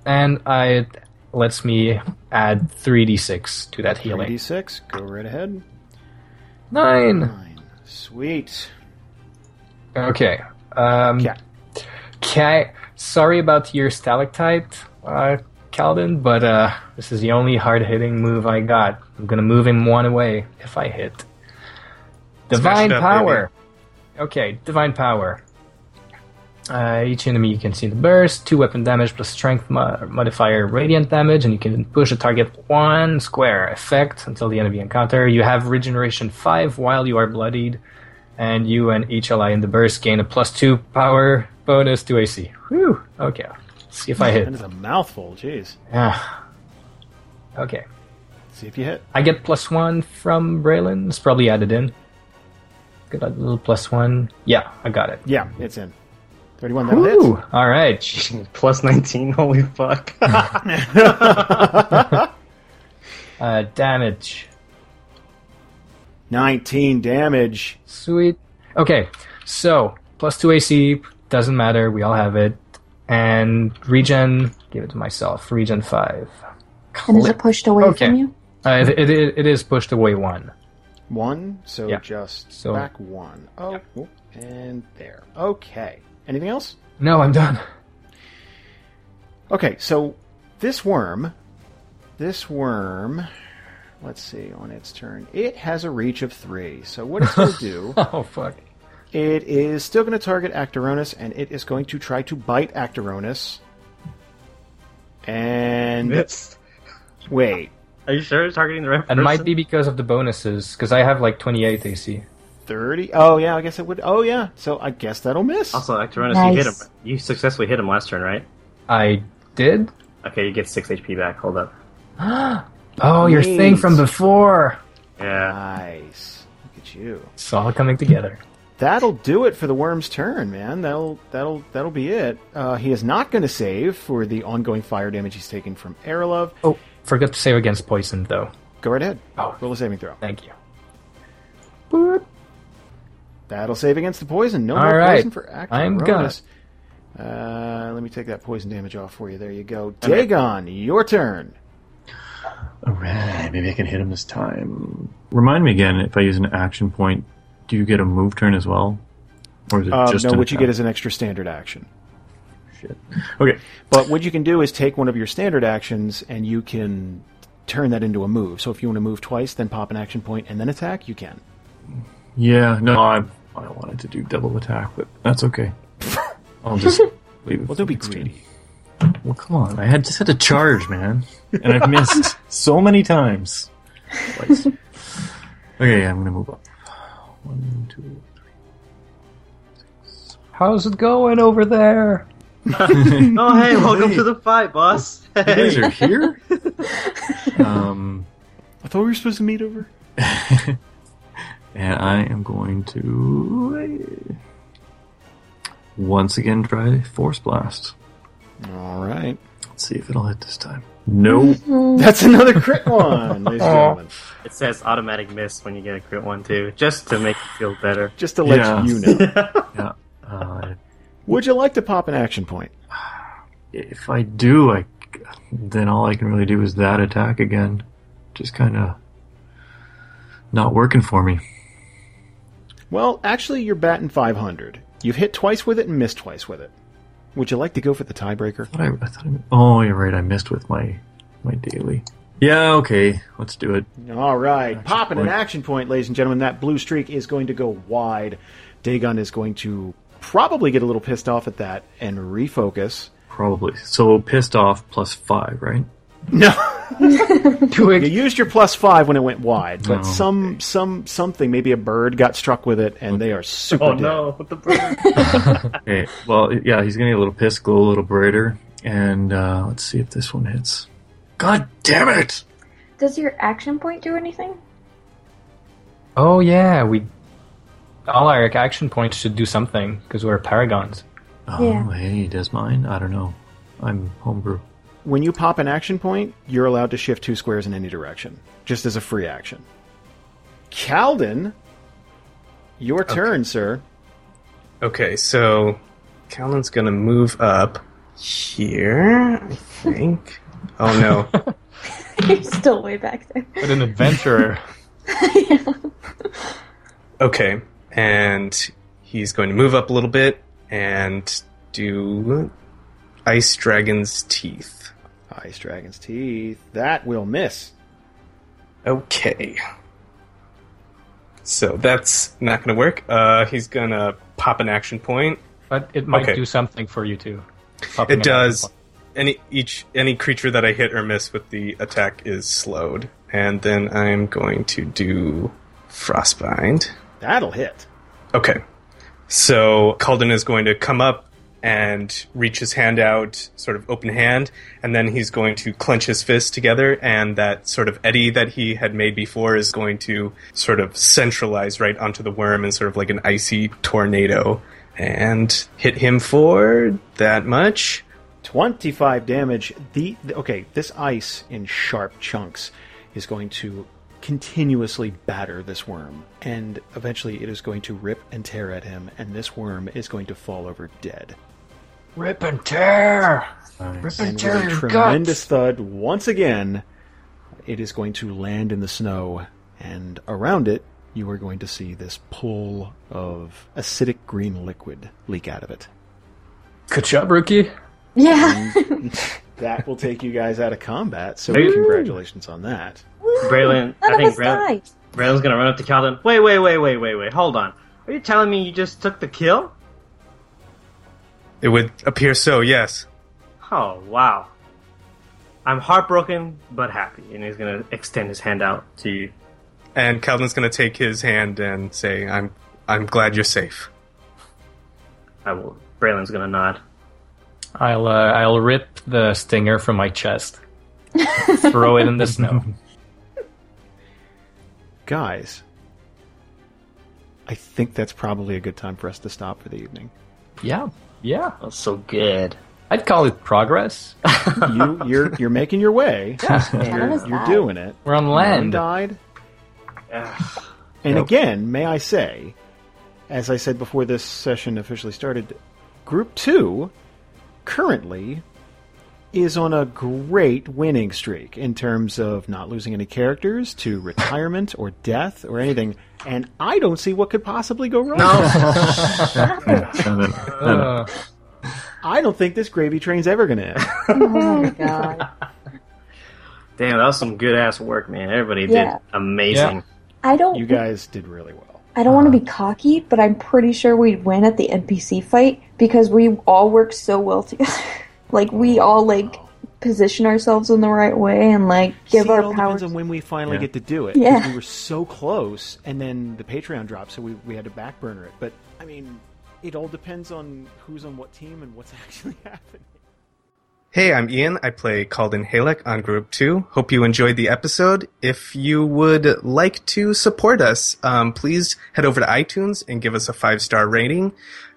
Speaker 7: and I it lets me add three d six to that healing.
Speaker 3: 3d6. Go right ahead.
Speaker 7: Nine.
Speaker 3: Nine. Sweet.
Speaker 7: Okay. Um.
Speaker 3: Yeah.
Speaker 7: Okay. Sorry about your stalactite, uh, Calden, but uh, this is the only hard hitting move I got. I'm gonna move him one away if I hit. Divine
Speaker 8: it up,
Speaker 7: power. Okay, divine power. Uh, each enemy you can see the burst, two weapon damage plus strength mo- modifier radiant damage, and you can push a target one square effect until the enemy encounter. You have regeneration five while you are bloodied, and you and each ally in the burst gain a plus two power bonus to AC. Whew. Okay. See if I
Speaker 3: That is a
Speaker 7: hit.
Speaker 3: mouthful. Jeez.
Speaker 7: Ah. Okay.
Speaker 3: See if you hit.
Speaker 7: I get plus one from Braylon. It's probably added in. Got that little plus one. Yeah, I got it.
Speaker 3: Yeah, it's in. 31. That'll
Speaker 7: Ooh. All right.
Speaker 5: Plus nineteen. Holy fuck.
Speaker 3: hit.
Speaker 7: Uh, damage.
Speaker 3: 19 damage.
Speaker 7: Sweet. Okay, so plus two AC doesn't matter. We all have it. And regen, give it to myself. Regen five.
Speaker 6: And is it pushed away
Speaker 7: Okay.
Speaker 6: from you?
Speaker 7: Uh, it, it, it is pushed away one.
Speaker 3: One, so
Speaker 7: Yeah.
Speaker 3: just
Speaker 7: So-
Speaker 3: back one. Oh, oh, and there. Okay. Anything else?
Speaker 7: No, I'm done.
Speaker 3: Okay, so this worm, this worm, let's see, on its turn, it has a reach of three. So what it's going to do,
Speaker 7: Oh fuck.
Speaker 3: it is still going to target Actaronis, and it is going to try to bite Actaronis. And
Speaker 5: This-
Speaker 3: wait,
Speaker 5: Are you sure it's targeting the right
Speaker 7: It
Speaker 5: person?
Speaker 7: might be because of the bonuses, because I have like 28 AC.
Speaker 3: thirty. Oh yeah, I guess it would. Oh yeah, so I guess that'll miss.
Speaker 5: Also, Actorinus, you hit him.
Speaker 6: Nice.
Speaker 5: You successfully hit him last turn, right?
Speaker 7: I did.
Speaker 5: Okay, you get six HP back. Hold up.
Speaker 7: Oh, your thing from before.
Speaker 5: Yeah.
Speaker 3: Nice. Look at you.
Speaker 7: It's all coming together.
Speaker 3: That'll do it for the worm's turn, man. That'll that'll that'll be it. Uh, he is not going to save for the ongoing fire damage he's taking from Aerolove.
Speaker 7: Oh, forgot to save against poison though.
Speaker 3: Go right ahead.
Speaker 7: Oh.
Speaker 3: Roll a saving throw.
Speaker 7: Thank you.
Speaker 3: That'll save against the poison. No
Speaker 7: All
Speaker 3: more
Speaker 7: right.
Speaker 3: poison for Actor
Speaker 7: I'm gonna.
Speaker 3: Uh, let me take that poison damage off for you. There you go. Dagon, your turn.
Speaker 4: All right, maybe I can hit him this time. Remind me again if I use an action point, do you get a move turn as well, or is it
Speaker 3: Um,
Speaker 4: just
Speaker 3: no,
Speaker 4: an
Speaker 3: what you get
Speaker 4: attack?
Speaker 3: is an extra standard action.
Speaker 4: Shit. Okay,
Speaker 3: But what you can do is take one of your standard actions and you can turn that into a move. So if you want to move twice, then pop an action point and then attack, you can.
Speaker 4: yeah, no, I I wanted to do double attack, but that's okay. I'll just leave. It
Speaker 3: Well,
Speaker 4: for
Speaker 3: don't be
Speaker 4: next turn.
Speaker 3: greedy.
Speaker 4: Well, come on, I had just had to charge, man, and I've missed so many times. Twice. Okay, I'm gonna move up. One, two.
Speaker 7: How's it going over there?
Speaker 5: Oh, hey, welcome to the fight, boss.
Speaker 4: You guys are here. um.
Speaker 3: I thought we were supposed to meet over.
Speaker 4: And I am going to uh, once again try Force Blast.
Speaker 3: All right.
Speaker 4: Let's see if it'll hit this time. No.
Speaker 3: That's another crit one, ladies and gentlemen.
Speaker 5: It says automatic miss when you get a crit one too, just to make you feel better.
Speaker 3: Just to let
Speaker 4: Yeah.
Speaker 3: you know.
Speaker 4: yeah. Uh,
Speaker 3: Would you like to pop an action point?
Speaker 4: if I do, I then all I can really do is that attack again. Just kind of not working for me.
Speaker 3: Well, actually, you're batting 500. You've hit twice with it and missed twice with it. Would you like to go for the tiebreaker?
Speaker 4: But I, I thought. I, oh, you're right. I missed with my my daily. Yeah. Okay. Let's do it.
Speaker 3: All right, popping an
Speaker 4: point.
Speaker 3: action point, ladies and gentlemen. That blue streak is going to go wide. Dagon is going to probably get a little pissed off at that and refocus.
Speaker 4: Probably. So pissed off plus five, right?
Speaker 3: No,
Speaker 7: Do
Speaker 3: you
Speaker 7: it.
Speaker 3: used your plus five when it went wide, but
Speaker 4: No.
Speaker 3: some some something, maybe a bird got struck with it, and they are super.
Speaker 5: Oh
Speaker 3: dead.
Speaker 5: no, what the bird?
Speaker 4: Okay, well, yeah, he's gonna get a little piss, glow a little brighter, and uh, let's see if this one hits. God damn it!
Speaker 6: Does your action point do anything?
Speaker 7: Oh yeah, we all our action points should do something because we're paragons.
Speaker 4: Oh,
Speaker 6: Yeah.
Speaker 4: hey, does mine? I don't know. I'm homebrew.
Speaker 3: When you pop an action point, you're allowed to shift two squares in any direction, just as a free action. Calden, your turn, sir.
Speaker 8: Okay, so Callan's gonna move up here, I think. Oh no.
Speaker 6: You're still way back there.
Speaker 7: But an adventurer.
Speaker 8: okay, and he's going to move up a little bit and do Ice Dragon's Teeth.
Speaker 3: Ice Dragon's Teeth. That will miss.
Speaker 8: Okay. So that's not gonna work. Uh, he's gonna pop an action point.
Speaker 7: but it might
Speaker 8: Okay.
Speaker 7: do something for you too. Popping
Speaker 8: It
Speaker 7: an
Speaker 8: does.
Speaker 7: action
Speaker 8: Any each any creature that I hit or miss with the attack is slowed, and then I'm going to do frostbind.
Speaker 3: That'll hit.
Speaker 8: Okay, so Calden is going to come up and reach his hand out, sort of open hand, and then he's going to clench his fists together, and that sort of eddy that he had made before is going to sort of centralize right onto the worm in sort of like an icy tornado, and hit him for that much.
Speaker 3: 25 damage. The, the- okay, this ice in sharp chunks is going to continuously batter this worm and eventually it is going to rip and tear at him and this worm is going to fall over dead.
Speaker 7: Rip and tear.
Speaker 4: Nice.
Speaker 7: Rip and
Speaker 3: With
Speaker 7: tear
Speaker 3: a
Speaker 7: your
Speaker 3: tremendous
Speaker 7: guts.
Speaker 3: thud once again. It is going to land in the snow and around it you are going to see this pool of acidic green liquid leak out of it.
Speaker 7: Good job, rookie.
Speaker 6: Yeah.
Speaker 3: That will take you guys out of combat. So
Speaker 5: Hey.
Speaker 3: congratulations on that.
Speaker 5: Braylon,
Speaker 6: None
Speaker 5: I
Speaker 6: of
Speaker 5: think
Speaker 6: us
Speaker 5: Braylon,
Speaker 6: died.
Speaker 5: Braylon's gonna run up to Calden. Wait, wait, wait, wait, wait, wait. Hold on. Are you telling me you just took the kill?
Speaker 8: It would appear so, yes.
Speaker 5: Oh wow. I'm heartbroken but happy, and he's gonna extend his hand out to you.
Speaker 8: And Calvin's going to take his hand and say, "I'm I'm glad you're safe."
Speaker 5: I will. Braylon's gonna nod.
Speaker 7: I'll uh, I'll rip the stinger from my chest, throw it in the snow.
Speaker 3: Guys, I think that's probably a good time for us to stop for the evening.
Speaker 7: Yeah, yeah.
Speaker 5: That's so good.
Speaker 7: I'd call it progress.
Speaker 3: You, you're you're making your way.
Speaker 6: None of us
Speaker 3: You're
Speaker 6: died.
Speaker 3: doing it.
Speaker 7: We're on
Speaker 3: One
Speaker 7: land.
Speaker 3: died.
Speaker 5: Ugh.
Speaker 3: And
Speaker 5: Nope.
Speaker 3: again, may I say, as I said before this session officially started, Group 2 currently is on a great winning streak in terms of not losing any characters to retirement or death or anything. And I don't see what could possibly go wrong.
Speaker 4: No, no, no, no.
Speaker 7: Uh,
Speaker 3: I don't think this gravy train's ever going to end.
Speaker 6: Oh my god.
Speaker 5: Damn, that was some good ass work, man. Everybody did
Speaker 6: Yeah.
Speaker 5: amazing.
Speaker 6: I don't.
Speaker 3: You guys did really well.
Speaker 6: I don't want to be cocky, but I'm pretty sure we'd win at the NPC fight because we all work so well together. like we all like position ourselves in the right way and like give
Speaker 3: See, it all
Speaker 6: our
Speaker 3: depends
Speaker 6: powers.
Speaker 3: on when we finally
Speaker 4: Yeah.
Speaker 3: get to do it.
Speaker 6: Yeah.
Speaker 3: 'cause We were so close, and then the Patreon dropped, so we, we had to back burner it. But, I mean, it all depends on who's on what team and what's actually happening.
Speaker 8: Hey, I'm Ian. I play Calden Halek on Group 2. Hope you enjoyed the episode. If you would like to support us, um, please head over to iTunes and give us a five star rating.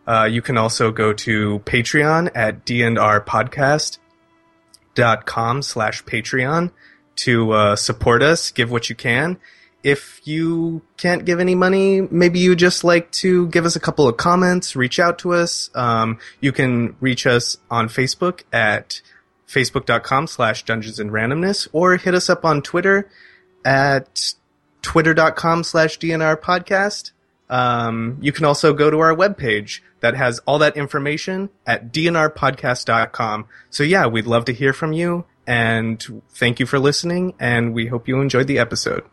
Speaker 8: Uh, you can also go to Patreon at dnrpodcast.com slash Patreon to uh, support us. Give what you can. If you can't give any money, maybe you just like to give us a couple of comments, reach out to us. Um, you can reach us on Facebook at facebook.com slash dungeons and randomness or hit us up on Twitter at twitter.com slash DNR podcast. Um, you can also go to our webpage that has all that information at dnrpodcast.com. So yeah, we'd love to hear from you and thank you for listening and we hope you enjoyed the episode.